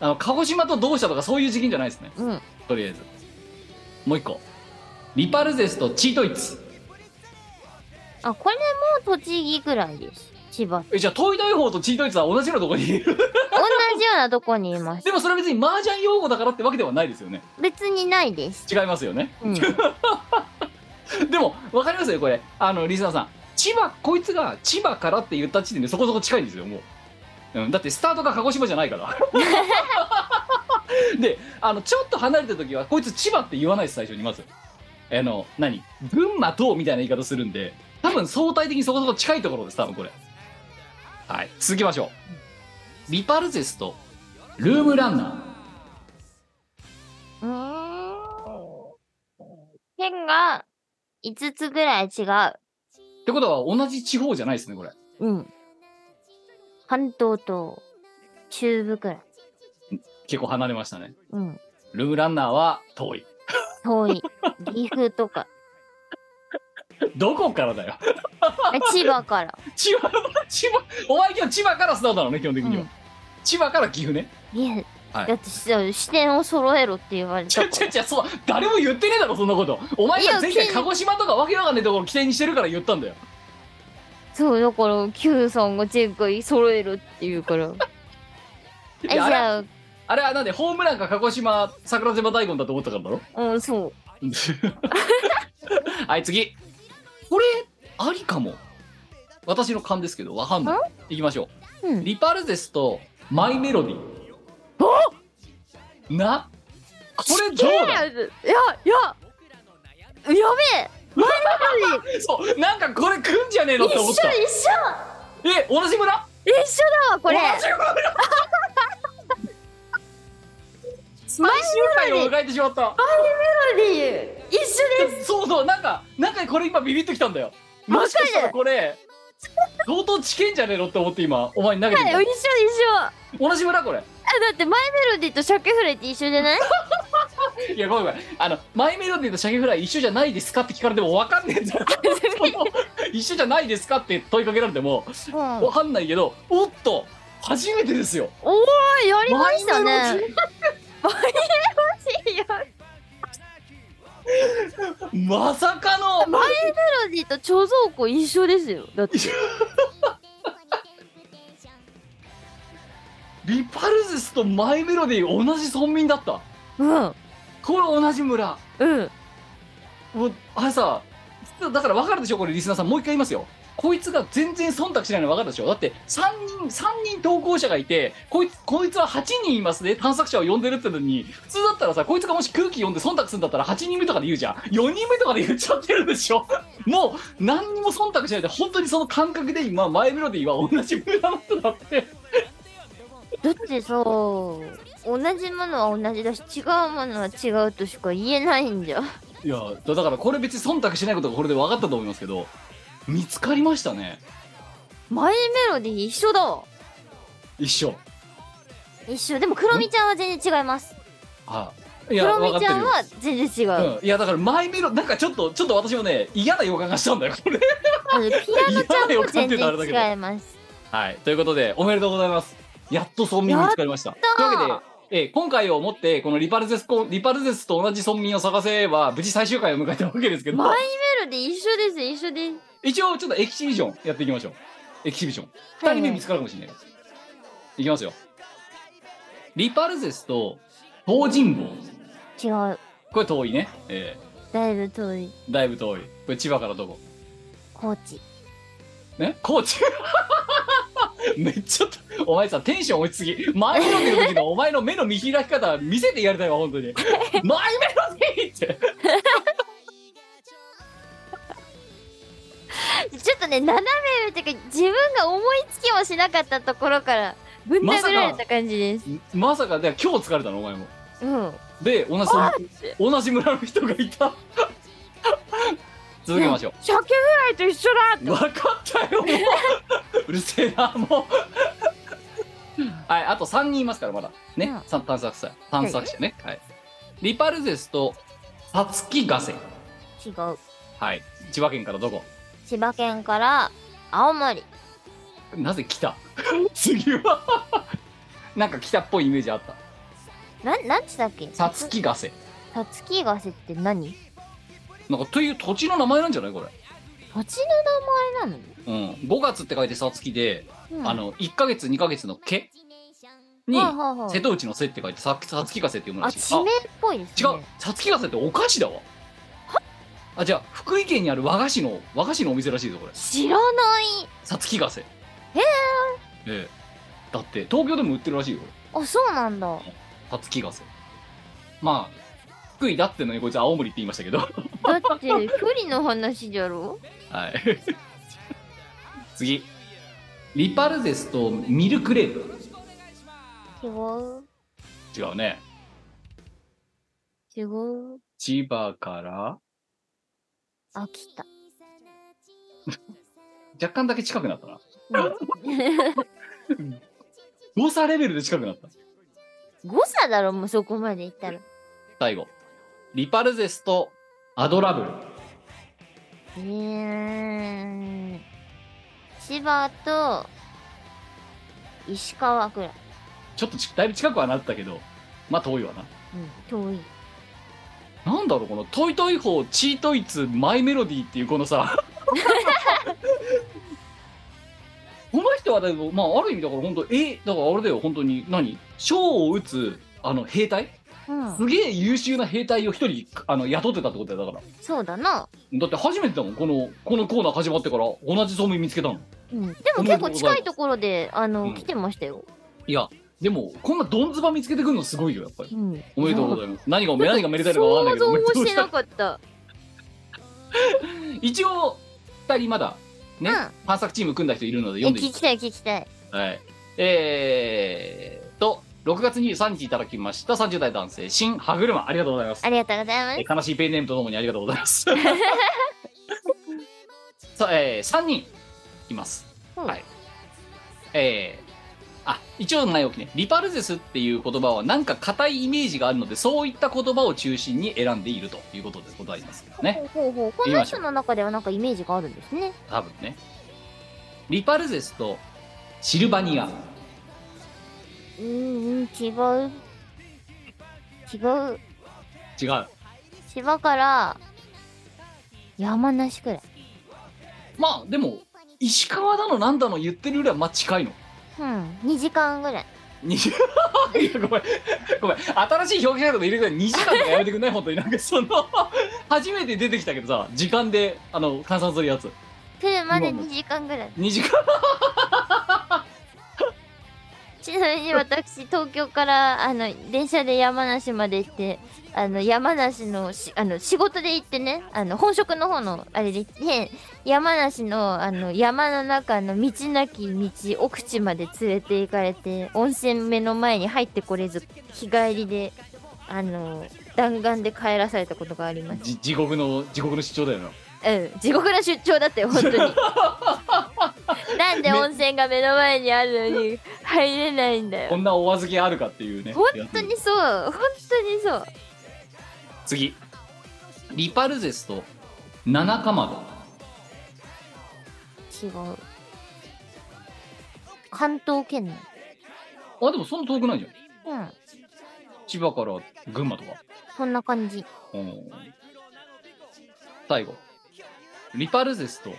C: あの鹿児島と同志社とかそういう事件じゃないですね
D: うん。
C: とりあえずもう一個リパルゼスとチートイツ
D: あ、これも栃木ぐらいです。千葉。
C: えじゃあ東大法とチートイツは同じようなとこにいる
D: 同じようなとこにい ます。
C: でもそれは別に麻雀用語だからってわけではないですよね
D: 別にないです。
C: 違いますよね
D: うん。
C: でも分かりますよこれあのリスナーさん千葉こいつが千葉からって言った時点でそこそこ近いんですよもう、うん、だってスタートが鹿児島じゃないから であのちょっと離れた時はこいつ千葉って言わないです最初にまずあの何群馬とみたいな言い方するんで多分相対的にそこそこ近いところです多分これはい続きましょうリパルゼスとルームランナ
D: う
C: ー
D: ーん。県が5つぐらい違う。
C: ってことは同じ地方じゃないですねこれ
D: うん。関東と中部くらい。
C: 結構離れましたね
D: うん。
C: ルームランナーは遠い
D: 遠い。岐阜と か。
C: どこからだよ
D: え千葉から。
C: 千葉、千葉、お前今日千葉からスタートなのね、基本的には。
D: うん
C: 千葉から岐阜ね。
D: 岐阜。
C: はい
D: だってそう視点を揃えろって言われ
C: ち
D: た
C: ゃ
D: か
C: ちゃちゃ、そう、誰も言ってねえだろ、そんなこと。お前が前
D: いや急
C: 回
D: に
C: 鹿児島とかわけわかんねえところ起点にしてるから言ったんだよ。
D: らそうだから Q さんが前回揃えろって言うからえ
C: い
D: じ
C: やあれ、
D: ゃあ
C: あれはなんで、ホームランか鹿児島、桜島大根だと思ったからだろ。
D: うんそう
C: はい、次。これ、ありかも。私の勘ですけど、わかんない。いきましょう。
D: うん
C: リパルゼスとマイメロディ。なこれどうだ
D: いやいややべえ
C: そう、なんかこれ来んじゃねえのって
D: 一緒
C: 思っ
D: 一
C: た。
D: 緒
C: え、同じ村
D: 一緒だわこれ
C: 同 じ村最終回を迎えてしまった。
D: で一緒です
C: そうそう、なんか、なんかこれ今ビビッときたんだよ。もしかしたらこれ、相当近いんじゃねえのって思って今、お前に投げて
D: はい
C: み
D: 一緒一緒あ
C: た。同じ村これ。
D: だってマイメロディとシャケフレって一緒じゃない
C: いや、ごめんごめん。あの、マイメロディとシャケフライ一緒じゃないですかって聞かれてもわかんねえん だよ。一緒じゃないですかって問いかけられても、
D: うん
C: わかんないけど、おっと、初めてですよ。
D: おおやりました
C: マイメ
D: ね
C: ロディ
D: いやマイ
C: まさかの
D: メロディと貯蔵庫一緒ですよだって
C: リパルゼスとマイメロディー同じ村民だった
D: うん
C: これ同じ村
D: うん
C: もうあれさだから分かるでしょこれリスナーさんもう一回言いますよこいつが全然忖度しないの分かるでしょだって3人三人投稿者がいてこいつこいつは8人いますね探索者を呼んでるってのに普通だったらさこいつがもし空気読んで忖度するんだったら8人目とかで言うじゃん4人目とかで言っちゃってるでしょもう何にも忖度しないで本当にその感覚で今マイメロディーは同じ村の人だって
D: だってさ同じものは同じだし違うものは違うとしか言えないんじゃん
C: いやだだからこれ別に忖度しないことがこれで分かったと思いますけど見つかりましたね
D: マイメロディ一緒だわ
C: 一緒
D: 一緒でもクロミちゃんは全然違います
C: はいい
D: ク
C: や
D: ロ
C: 分
D: ミ
C: かって
D: ちゃ
C: る
D: ん
C: よ
D: は全然違う、
C: うん、いやだから前メロなんかちょっとちょっと私もね嫌な予感がしたんだよこれ
D: あのピアノちゃんも全
C: 嫌な予感っていうのはあれだけど
D: 然違います
C: はいということでおめでとうございますやっと村民見つかりました
D: た
C: というわけで、えー今回をもってこのリパルゼスコリパルゼスと同じ村民を探せば無事最終回を迎えたわけですけど
D: マイメロディ一緒です一緒です
C: 一応ちょっとエキシビジョンやっていきましょうエキシビジョン
D: は
C: 2
D: い
C: 人目見つかるかもしれないからいきますよリパルゼスと東尋坊
D: 違う
C: これ遠いね、え
D: だいぶ遠い
C: ーだいぶ遠いこれ千葉からどこ
D: 高知
C: ね高知 めっちゃとお前さテンション落ちすぎ前メロディの時のお前の目の見開き方見せてやりたいわ本 当に前メロディって
D: ちょっとね斜め上っていうか自分が思いつきもしなかったところからぶん殴られた感じです、
C: まさかで今日疲れたのお前も
D: うん
C: で同じ同じ村の人がいた続けましょう
D: 鮭フライと一緒だ
C: 分かったよもううるせえなもうはいあと3人いますからまだね、
D: うん
C: さん、探索者探索者ねはい、リパルゼスとサツキガセ
D: 違う
C: はい千葉県からどこ
D: 千葉県から青森
C: なぜ来た 次はなんか来たっぽいイメージあった
D: なんなんつったっけ
C: サツキガセ
D: さつきがせって何
C: なんかという土地の名前なんじゃないこれ
D: 土地の名前なの、
C: うん5月って書いてサツキで、
D: うん、
C: あの1ヶ月2ヶ月の毛に
D: はあはあはあ
C: 瀬戸内の瀬って書いてサツキガセって読むら
D: あ
C: しい
D: 地名っぽいです
C: 違
D: ね
C: う、さつきがせってお菓子だわ。あじゃあ福井県にある和菓子の和菓子のお店らしいぞこれ
D: 知らない。
C: さつきがせへええだって東京でも売ってるらしいよ
D: あ、そうなんだ。
C: さつきがせまあ福井だってのにこいつ青森って言いましたけど は
D: だって、不利の話じゃろ
C: い次リパルゼスとミルクレープ
D: 違う。
C: 違うね
D: 違う。
C: 千葉から
D: 飽き た。
C: 若干だけ近くなったな
D: うん
C: 誤差レベルで近くなった
D: 誤差だろ、もうそこまでいったら。
C: 最後リパルゼスとアドラブル
D: えー、千葉と石川くらい。
C: ちょっとちだいぶ近くはなったけどまあ遠いわな
D: 遠い。
C: なんだろうこの「トイトイホーチートイツマイメロディー」っていうこのさ この人はでもまあある意味だから本当えだからあれだよ本当に何賞を打つあの兵隊
D: うん。
C: すげえ優秀な兵隊を一人あの雇ってたってことだよだから
D: そうだな。
C: だって初めてだもんこのこのコーナー始まってから同じ村民見つけたの
D: うん。でも結構近いところで、あの、
C: うん
D: 来てましたよ。
C: いやでもこんなどんずば見つけてくるのすごいよやっぱり
D: うん。
C: おめでとうございます何が何がめでたいのかわかん
D: 想
C: ないけど
D: 像
C: おめ
D: も
C: でとうご
D: し
C: ざい
D: て
C: ます
D: なかった。
C: 一応2人まだね、
D: うん
C: 探索チーム組んだ人いるので
D: え、
C: 読んでい
D: 聞
C: い
D: きたい聞きたい。
C: はいえー、と6月23日いただきました30代男性新歯車ありがとうございます
D: ありがとうござい
C: え
D: ま
C: 悲しいペンネームとともにありがとうございます さえー、3人います、
D: うん
C: はいえーあ一応前置きねリパルゼスっていう言葉はなんか硬いイメージがあるのでそういった言葉を中心に選んでいるということでございますけど
D: す。
C: ね
D: ほうほうほう。この人の中ではなんかイメージがあるんですね。
C: 多分ねリパルゼスとシルバニア
D: うーん、違う。違う。
C: 違う
D: 千葉から山梨くらい。
C: まあでも石川だのなんだの言ってるよりはまあ近いの
D: うん。2時間ぐらい。
C: に いやごめんごめん新しい表現者とか入れてくれ2時間とかやめてくんない本 当になんかその初めて出てきたけどさ時間であの換算するやつ
D: 車で
C: 今も
D: 2時間ぐらい。
C: 2時間
D: ちなみに私、東京から、あの、電車で山梨まで行って、あの、山梨のし、あの、仕事で行ってね、あの、本職の方の、あれで行って、山梨の、あの、山の中の道なき道、奥地まで連れて行かれて、温泉目の前に入ってこれず、日帰りで、あの、弾丸で帰らされたことがあります。
C: じ地獄の地獄の出張だよな
D: うん、地獄の出張だったよ、本当に。なんで温泉が目の前にあるのに、入れないんだよ
C: こ。んなお預けあるかっていうね
D: 本
C: やつ
D: 当にそう本当にそう
C: 次リパルゼスと七かま
D: 違う関東圏内
C: どあでもそんな遠くないじゃん
D: うん
C: 千葉から群馬とか
D: そんな感じ
C: うん最後リパルゼスと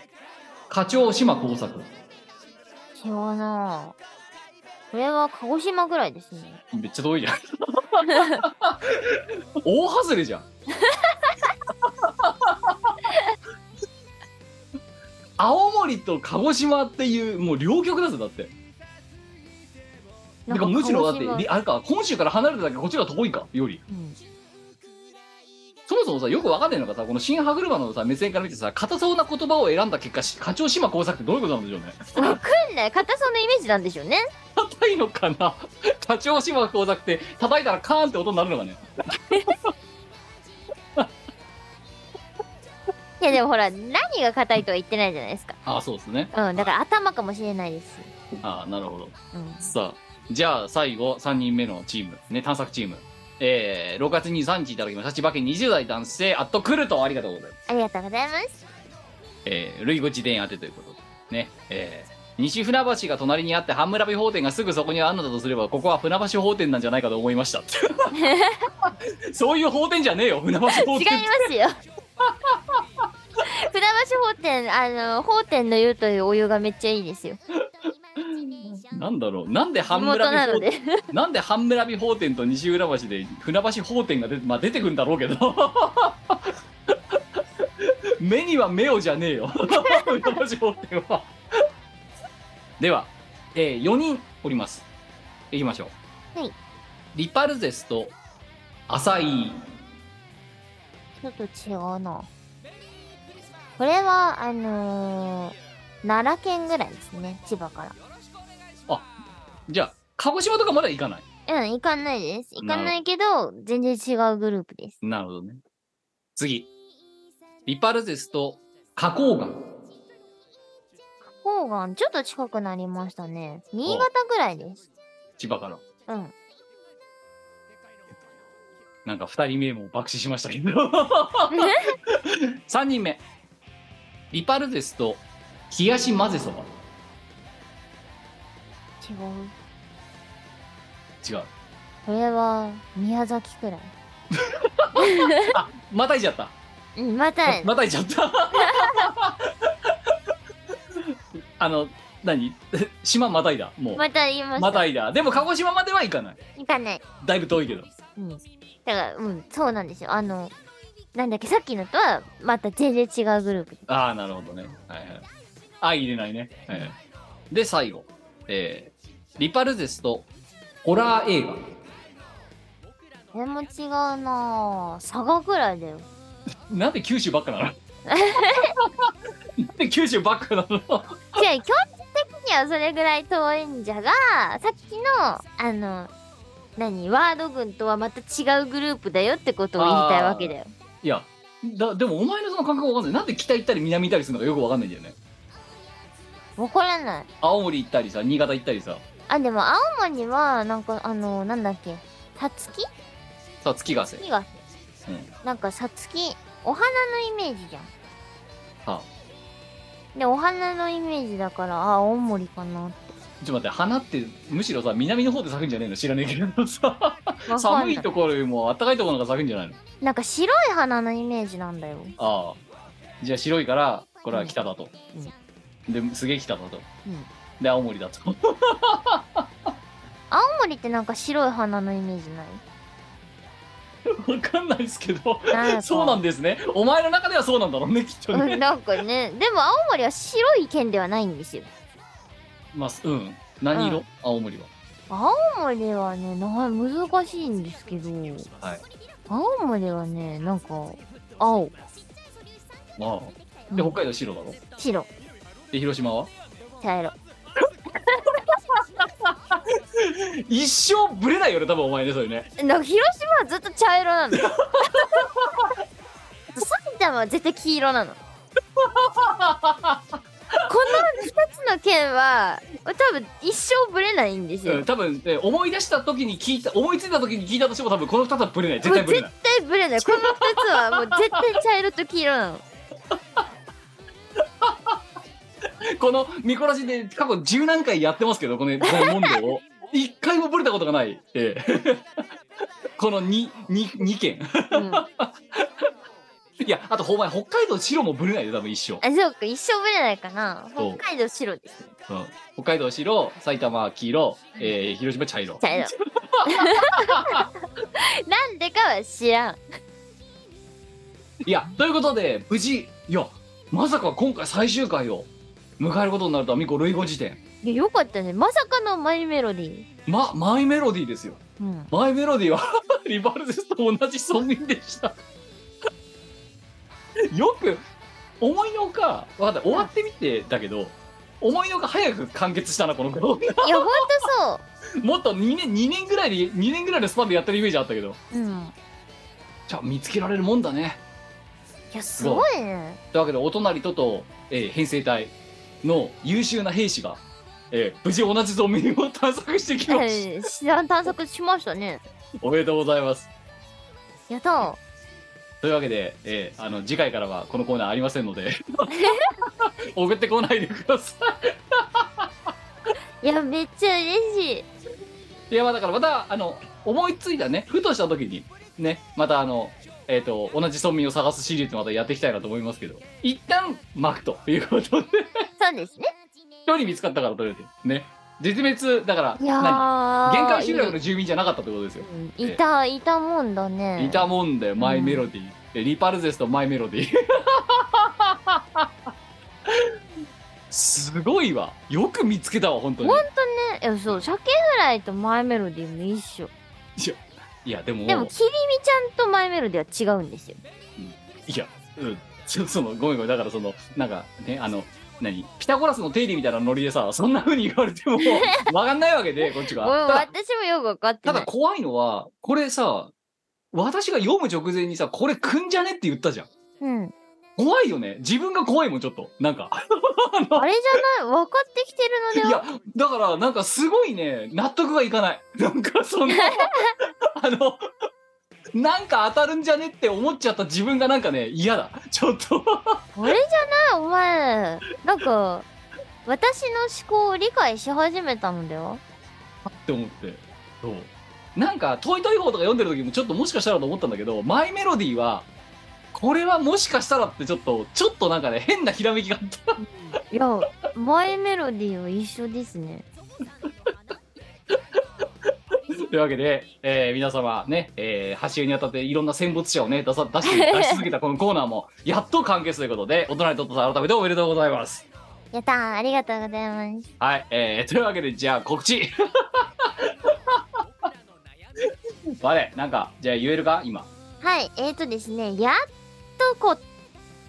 C: 課長島耕作
D: 違うなぁこれは鹿児島ぐらいですね
C: めっちゃ遠いじゃん大外れじゃん青森と鹿児島っていうもう両極だぜだって
D: な
C: て
D: ん
C: かむしろだって
D: 鹿児島
C: りあれか本州から離れただけこっちが遠いかより
D: うん
C: そもそもさよくわかんないのがさこの新歯車のさ目線から見てさ硬そうな言葉を選んだ結果し課長島耕作ってどういうことなんでしょうね
D: わかんない硬そうなイメージなんでしょうね
C: 硬いのかな 課長島工作って叩いたらカーンって音になるのかね
D: いやでもほら何が硬いとは言ってないじゃないですか
C: ああそうですね
D: うんだから頭かもしれないですし
C: ああなるほど
D: うん
C: さあじゃあ最後3人目のチームね探索チームえー、6月23日いただきました千葉県20代男性アットクルトありがとうございます
D: ありがとうございます
C: えー、類語辞典宛てということでねえー西船橋が隣にあって半村美法店がすぐそこにあるのだとすればここは船橋法店なんじゃないかと思い ましたそういう法店じゃねえよ船橋法
D: 違い
C: 店
D: ますよ 船橋法店あの法店の湯というお湯がめっちゃいいですよ
C: なんだろうなんで
D: 地
C: 半
D: 元
C: 村
D: な
C: 美法
D: ので
C: なんで半村美法店と西浦橋で船橋法店が出,、まあ、出てくるんだろうけど 目には目をじゃねえよ 山城ってはでは、え4人おりますいきましょう
D: はい
C: リパルゼスと浅井
D: ちょっと違うな。これは、あのー、奈良県ぐらいですね。千葉か
C: じゃあ鹿児島とかまだ行かない
D: ら。うん、行かないです。行かないけど、全然違うグループです。
C: なるほどね次リパルゼスと花崗岩
D: 甲岩、ちょっと近くなりましたね。新潟ぐらいです。
C: 千葉から
D: うん。
C: なんか2人目も爆死しましたけど3人目リパルゼスと冷やし混ぜそば
D: 違う。
C: 違う
D: これは、宮崎くらい。
C: あまたいちゃった
D: うん、また、
C: またいちゃった あの何 島またいだもう
D: また言いま
C: ま
D: した。
C: たいだでも鹿児島までは行かない
D: 行かない。
C: だいぶ遠いけど
D: うん。だから、うん、そうなんですよ。あの、なんだっけ、さっきのとは、また全然違うグループ。
C: ああなるほどねはいはいあ入れないね、はいはい、で最後えー、リパルゼスとホラー映画
D: これも違うなぁ。佐賀ぐらいだよ。
C: なんで九州ばっ かなのなんで九州ばっかなの
D: 違う、基本的にはそれぐらい遠いんじゃが、さっきの、あの、何、ワード群とはまた違うグループだよってことを言いたいわけだよ。
C: いやだでもお前のその感覚わかんないなんで北行ったり南行ったりするのかよくわかんないんだよね
D: わからない。
C: 青森行ったりさ新潟行ったりさ
D: あ、でも青森は、なんか、あの、なんだっけ、さつき
C: さ月ヶ瀬、うん、
D: 木が、なんかさつき、お花のイメージじゃん。
C: あ
D: で、お花のイメージだから、あ、青森かな。
C: ちょっと待って花ってむしろさ南の方で咲くんじゃねえの知らねえけどさ
D: わかん
C: 寒
D: ない
C: いところよりも暖かいところなんか咲くんじゃないの
D: なんか白い花のイメージなんだよ。
C: ああじゃあ白いからこれは北だと、ですげえ北だと、
D: ん
C: で青森だと
D: 青森ってなんか白い花のイメージない
C: わかんないですけ ど
D: なんか
C: そうなんですねお前の中ではそうなんだろうねきっと
D: うん
C: ね
D: なんかね、でも青森は白い県ではないんですよ。
C: まあうん何色、青森は
D: 青森はね、な難しいんですけど、
C: はい
D: 青森はね、なんか、青、
C: ああで
D: うん
C: 北海道白だろ
D: 白、
C: で広島は
D: 茶色。
C: 一生ブレないよね多分お前ねそれね
D: なんか広島はずっと茶色 なの。埼玉は絶対黄色なの。この2つの県は、多分一生ぶれないんですよ。
C: うん多分、ね、思い出した時に聞いた思いついた時に聞いたとしても多分この2つはブレない絶対ブレな
D: もう絶対ブレな
C: い
D: いこの2つはもう絶対茶色と黄色なの
C: この見こらしで過去十何回やってますけどこのこの問題 を一回もブレたことがない、ええこの 2, 2, 2件
D: うんあ
C: いやあとお前北海道白もブレないで多分一生、
D: そうか一生ぶれないかな
C: そう
D: 北海道白ですね
C: うん北海道白埼玉黄色、えー広島茶色
D: 茶色 なんでかは知らん
C: いやということで無事いやまさか今回最終回を迎えることになるとはミコ類語辞典
D: いやよかったねまさかのマイメロディー
C: まマイメロディーですよ
D: うん、
C: マイメロディーは リバルゼスと同じ村民でした よく思いのほか分かった終わってみてだけど思いのほか早く完結したなこの子
D: いやほんとそ
C: もっと2年二年ぐらいで2年ぐらいのスパンでやってるイメージあったけど
D: う、うん、い
C: じゃあ見つけられるもんだね
D: やすごいね
C: というわけでお隣とと、えー編成隊の優秀な兵士が、えー無事同じ村民を探索してきまし
D: うん知らん探索しましたね
C: たおめでとうございます
D: やった
C: というわけで、えーあの次回からはこのコーナーありません ので送ってこないでくださ
D: いやめっちゃ嬉しい
C: いいやまあだからまたあの思いついたねふとした時にねまたあのえっ、と同じ村民を探すシリーズまたやっていきたいなと思いますけど一旦巻くということで
D: そうですね
C: 一人見つかったからとりあえずね絶滅だから
D: いや
C: 何
D: ー
C: 限界集落の住民じゃなかったってことですよ
D: うんいたいたもんだね
C: いたもんだよ、マイメロディー。リパルゼスとマイメロディー。すごいわよく見つけたわ本当に
D: 本当ねいやそう鮭フライとマイメロディーも一緒
C: いやでも
D: でもきりみちゃんとマイメロディーは違うんですよ
C: いやうんちょそのごめんごめんだからそのなんかねあの何ピタゴラスの定理みたいなノリでさそんな風に言われ てもわかんないわけでこっち
D: ご
C: が
D: めん
C: ただ
D: 私もよく分かって
C: た
D: な
C: だ
D: い
C: 怖いのはこれさ私が読む直前にさこれくんじゃねって言ったじゃん
D: うん
C: 怖いよね自分が怖いもんちょっとなんか
D: あれじゃない分かってきてるので
C: い
D: は
C: やだからなんかすごいね納得がいかないなんかそんなあのなんか当たるんじゃねって思っちゃった自分がなんかね嫌だちょっと
D: これじゃないお前なんか私の思考を理解し始めたのでは
C: って思ってそうなんか「トイトイ方」とか読んでる時もちょっともしかしたらと思ったんだけど「マイメロディーは」これはもしかしたらってちょっとちょっとなんかね変なひらめきがあった
D: いやマイメロディーは一緒ですね
C: というわけで、えー皆様ね、えー、発信にあたっていろんな戦没者をね出さ出して出し続けたこのコーナーもやっと完結ということで大人にとって改めておめでとうございます
D: やったーありがとうございます
C: はい、えー、というわけでじゃあ 告知我なんかじゃあ言えるか今
D: はいえーとですねやっとこ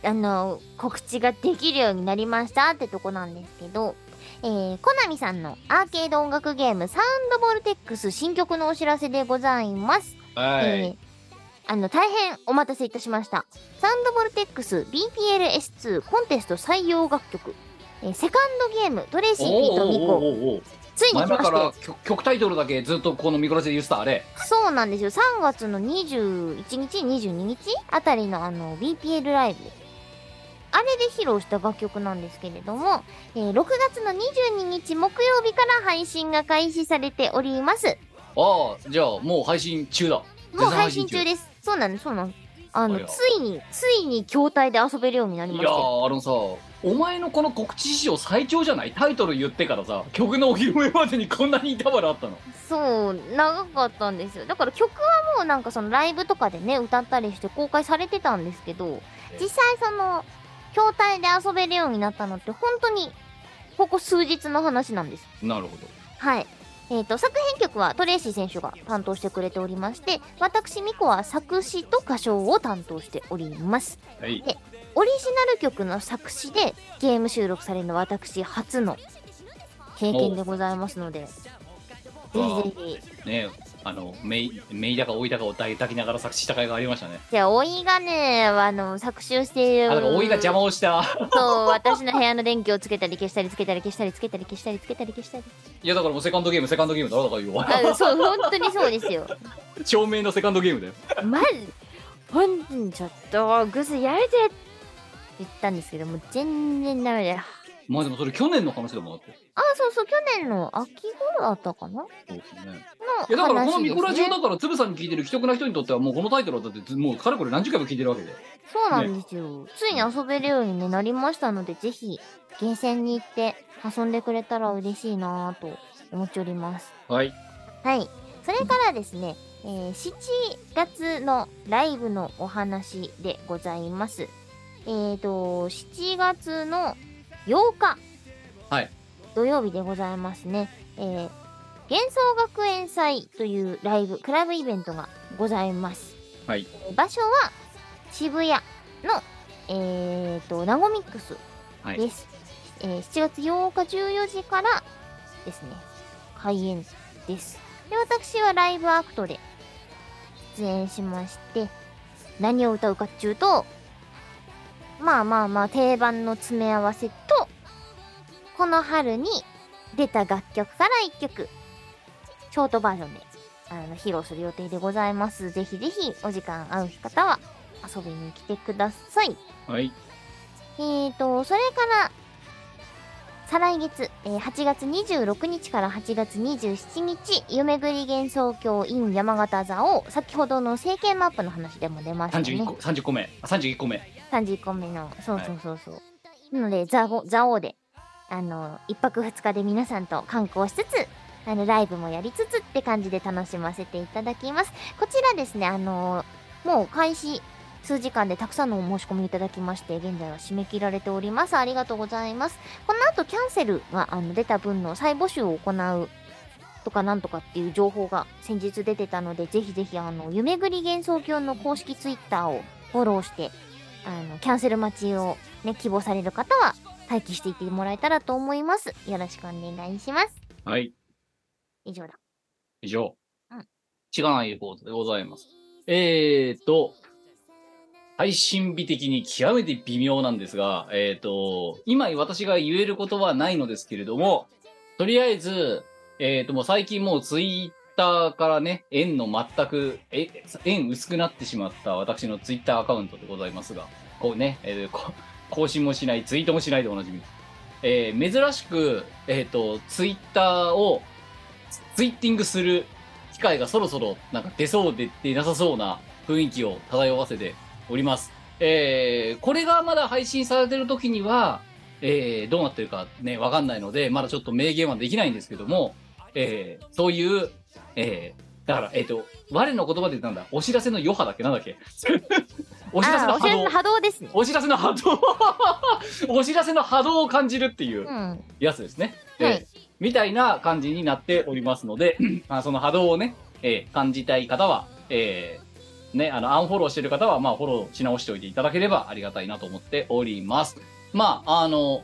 D: あの告知ができるようになりましたってとこなんですけどえー、コナミさんのアーケード音楽ゲームサウンドボルテックス新曲のお知らせでございます
C: は
D: えーあの大変お待たせいたしましたサウンドボルテックス BPLS2 コンテスト採用楽曲、えーセカンドゲームトレイシー・ピート・ミコ
C: おおお
D: ついに
C: 前
D: 来ま
C: 々
D: し
C: から
D: て
C: 曲曲タイトルだけずっとこのミコラジで言ってたあれ
D: そうなんですよ3月の21日22日あたりのあの BPL ライブあれで披露した楽曲なんですけれども、えー6月の22日木曜日から配信が開始されております
C: ああじゃあもう配信中だ
D: もう配信中ですそうなんですそうなんですあ
C: あ
D: の
C: りゃ
D: ついについに筐体で遊べるようになり
C: い
D: ま
C: や
D: した
C: ーあのさお前のこの告知史上最長じゃないタイトル言ってからさ曲のお披露目までにこんなに板バラあったの
D: そう長かったんですよだから曲はもうなんかそのライブとかでね歌ったりして公開されてたんですけど実際その筐体で遊べるようになったのって本当にここ数日の話なんです
C: なるほど
D: はいえー、と作編曲はトレイシー選手が担当してくれておりまして私ミコは作詞と歌唱を担当しております
C: はい
D: オリジナル曲の作詞でゲーム収録されるのは私初の経験でございますのでぜひぜひ
C: ねあのメイメイだかオイだかを抱きながら作詞した会がありましたね
D: じゃあ、おいがね、あの、作詞をしてい
C: あ
D: る。
C: のオイが邪魔をした
D: そう、私の部屋の電気をつけたり消したりつけたり消したりつけたり消したりつけたり消したり。
C: いやだからもうセカンドゲームセカンドゲームだろだからよ
D: あそう、本当にそうですよ。
C: 照明のセカンドゲームだよ
D: まず、本当にちょっと、グスやめてって言ったんですけど、もう全然ダメだよ。
C: まあでもそれ去年の話でもあって
D: あ、そうそう、去年の秋頃だったかなの
C: そうですね
D: 話
C: いやだからこの
D: で
C: ミ
D: す
C: コラジオ
D: ね。
C: だからつぶさんに聞いてる既得な人にとってはもうこのタイトルはだってずもうかれこれ何十回も聞いてるわけで
D: そうなんですよ。ついに遊べるようにねなりましたので、ぜひ、ゲーセンに行って遊んでくれたら嬉しいなぁと思っております。
C: はい
D: はい。それからですね、えー7月のライブのお話でございます。えーと、7月の8日。
C: はい
D: 土曜日でございますね。えー幻想学園祭というライブ、クラブイベントがございます。
C: はい
D: 場所は渋谷の、えーと、ナゴミックス
C: はい
D: です。えー7月8日14時からですね、開演です。で、私はライブアクトで出演しまして、何を歌うかっていうと、まあまあまあ定番の詰め合わせと、この春に出た楽曲から1曲、ショートバージョンで、あの、披露する予定でございます。ぜひぜひ、お時間合う方は遊びに来てください。
C: はい
D: えーと、それから、再来月、えー8月26日から8月27日、夢ぐり幻想郷 in 山形座を、先ほどの整形マップの話でも出ました
C: 31
D: ね
C: 個。30個目あ31個目
D: 31個目の、そうそうそうそう。なので、座を、座王で、あの、1泊2日で皆さんと観光しつつ、あの、ライブもやりつつって感じで楽しませていただきます。こちらですね、あの、もう開始数時間でたくさんのお申し込みいただきまして、現在は締め切られております。ありがとうございます。この後キャンセルがあの出た分の再募集を行うとかなんとかっていう情報が先日出てたので、ぜひぜひあの、夢ぐり幻想郷の公式ツイッターをフォローして、あの、キャンセル待ちをね、希望される方は待機していてもらえたらと思います。よろしくお願いします。
C: はい。
D: 以上だ。
C: 以上。
D: うん
C: 違わないレポートでございます。えーと、配信日的に極めて微妙なんですが、えーと、今私が言えることはないのですけれども、とりあえず、えーと、もう最近もうツイッターからね、縁の全く、え、縁薄くなってしまった私のツイッターアカウントでございますが、こうね、えー こ更新もしない、ツイートもしないでおなじみです。えー珍しく、えーと、ツイッターをツイッティングする機会がそろそろなんか出そうで出なさそうな雰囲気を漂わせております。えーこれがまだ配信されてる時には、えーどうなってるかね、わかんないので、まだちょっと明言はできないんですけども、えーそういう、えーだから、えっ、と、我の言葉で言ったんだ、お知らせの余波だっけなんだっけ お
D: お
C: 知らせの
D: お知
C: 波
D: らせ
C: 動
D: の。波動ですね。
C: お知らせの波動 お知らせの波動を感じるっていう
D: うん。
C: やつですね。
D: はい
C: えーみたいな感じになっておりますの で、まあ、その波動をね、えー感じたい方は、えーね、あの、アンフォローしてる方は、まあ、フォローし直しておいていただければありがたいなと思っております。まあ、あの、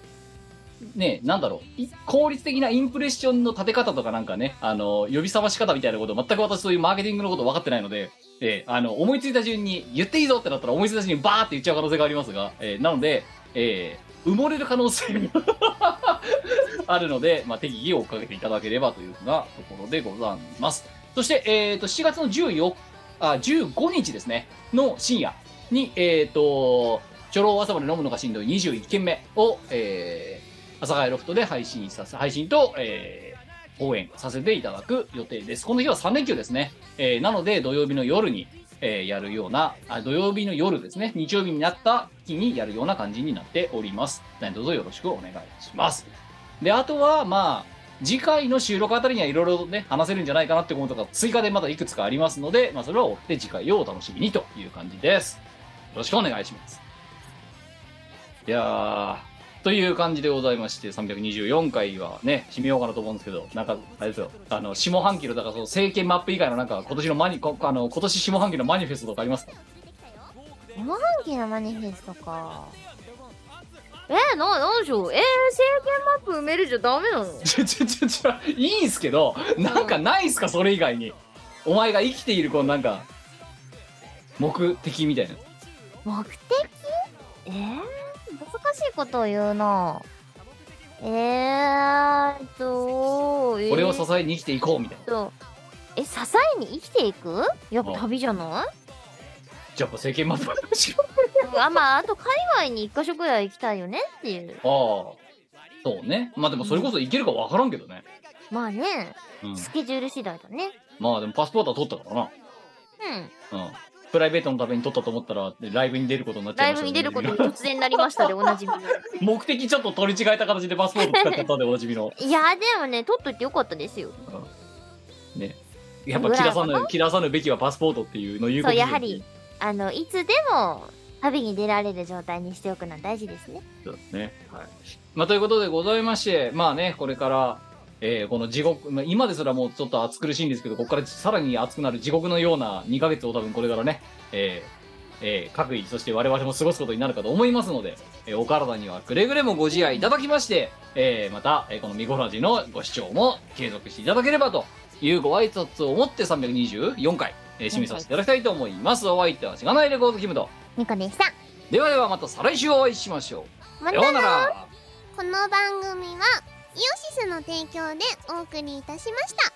C: ね、なんだろう、い効率的なインプレッションの立て方とかなんかね、あの、呼び覚まし方みたいなこと、全く私そういうマーケティングのこと分かってないので、えーあの、思いついた順に、言っていいぞってなったら思いついた順にバーって言っちゃう可能性がありますが、えーなので、えー埋もれる可能性が あるので、まあ、適宜追っかけていただければというふうなところでございます。そして、えー、と7月の14あ15日ですね、の深夜に、えー、と初老朝まで飲むのがしんどい21件目を、えー、朝帰ロフトで配信させ配信と、えー応援させていただく予定です。この日は3連休ですね。えーなので、土曜日の夜に、えーやるようなあ、土曜日の夜ですね、日曜日になった日にやるような感じになっております。何卒よろしくお願いします。で、あとは、まあ、次回の収録あたりにはいろいろね、話せるんじゃないかなってことが追加でまだいくつかありますので、まあ、それを追って次回をお楽しみにという感じです。よろしくお願いします。いやー、という感じでございまして、324回はね、締めようかなと思うんですけど、なんか、あれですよ、あの、下半期の、だからその政権マップ以外のなんか、今年のマニ、こあの、今年下半期のマニフェストとかありますか
D: 山半期のマニフェストか。えー、な、なんでしょう。えー、政権マップ埋めるじゃダメなの
C: ちょちょちょちょいいんすけどなんかないんすかそれ以外にお前が生きているこのなんか目的みたいな
D: 目的えー、難しいことを言うなえーと、えー、
C: 俺を支
D: え
C: えに生きていこうみたいな
D: とえ支えに生きていくやっぱ旅じゃない
C: じゃあやっぱ世間マッ プしよう
D: あまああと海外に一箇所ぐらい行きたいよねっていう
C: ああそうねまあでもそれこそいけるかわからんけどね、
D: まあね
C: うん、
D: スケジュール次第だね
C: まあでもパスポートは取ったか
D: うん
C: らなうんプライベートのために取ったと思ったらライブに出ることになっちゃ
D: ラ
C: い
D: イ
C: ま
D: ブに
C: したね
D: 出ることに突然なりましたでおなじみの
C: 目的ちょっと取り違えた形でパス ポート使っちゃったんでおなじみの
D: いやーでもね取っといてよかったですよ
C: やっぱ切らさぬ切らさぬべきはパスポートっていうのを言うこと
D: そう
C: に
D: やはりあのいつでも旅に出られる状態にしておくのは大事ですね
C: そうですね。はい。まあ、ということでございまして、まあね、これから、えーこの地獄、まあ、今ですらもうちょっと暑苦しいんですけど、ここからさらに暑くなる地獄のような2ヶ月を多分これからね、えーえー各位、そして我々も過ごすことになるかと思いますので、えーお体にはくれぐれもご自愛いただきまして、えーまた、えーこのミコラジのご視聴も継続していただければというご挨拶をもって324回、えー締めさせていただきたいと思います。お相手はしがないレコードキムと。
D: ニコでした
C: ではではまた再来週お会いしましょう。
A: ま
C: さ
A: た
C: ような
A: な
C: ら。
A: この番組はイオシスの提供でお送りいたしました。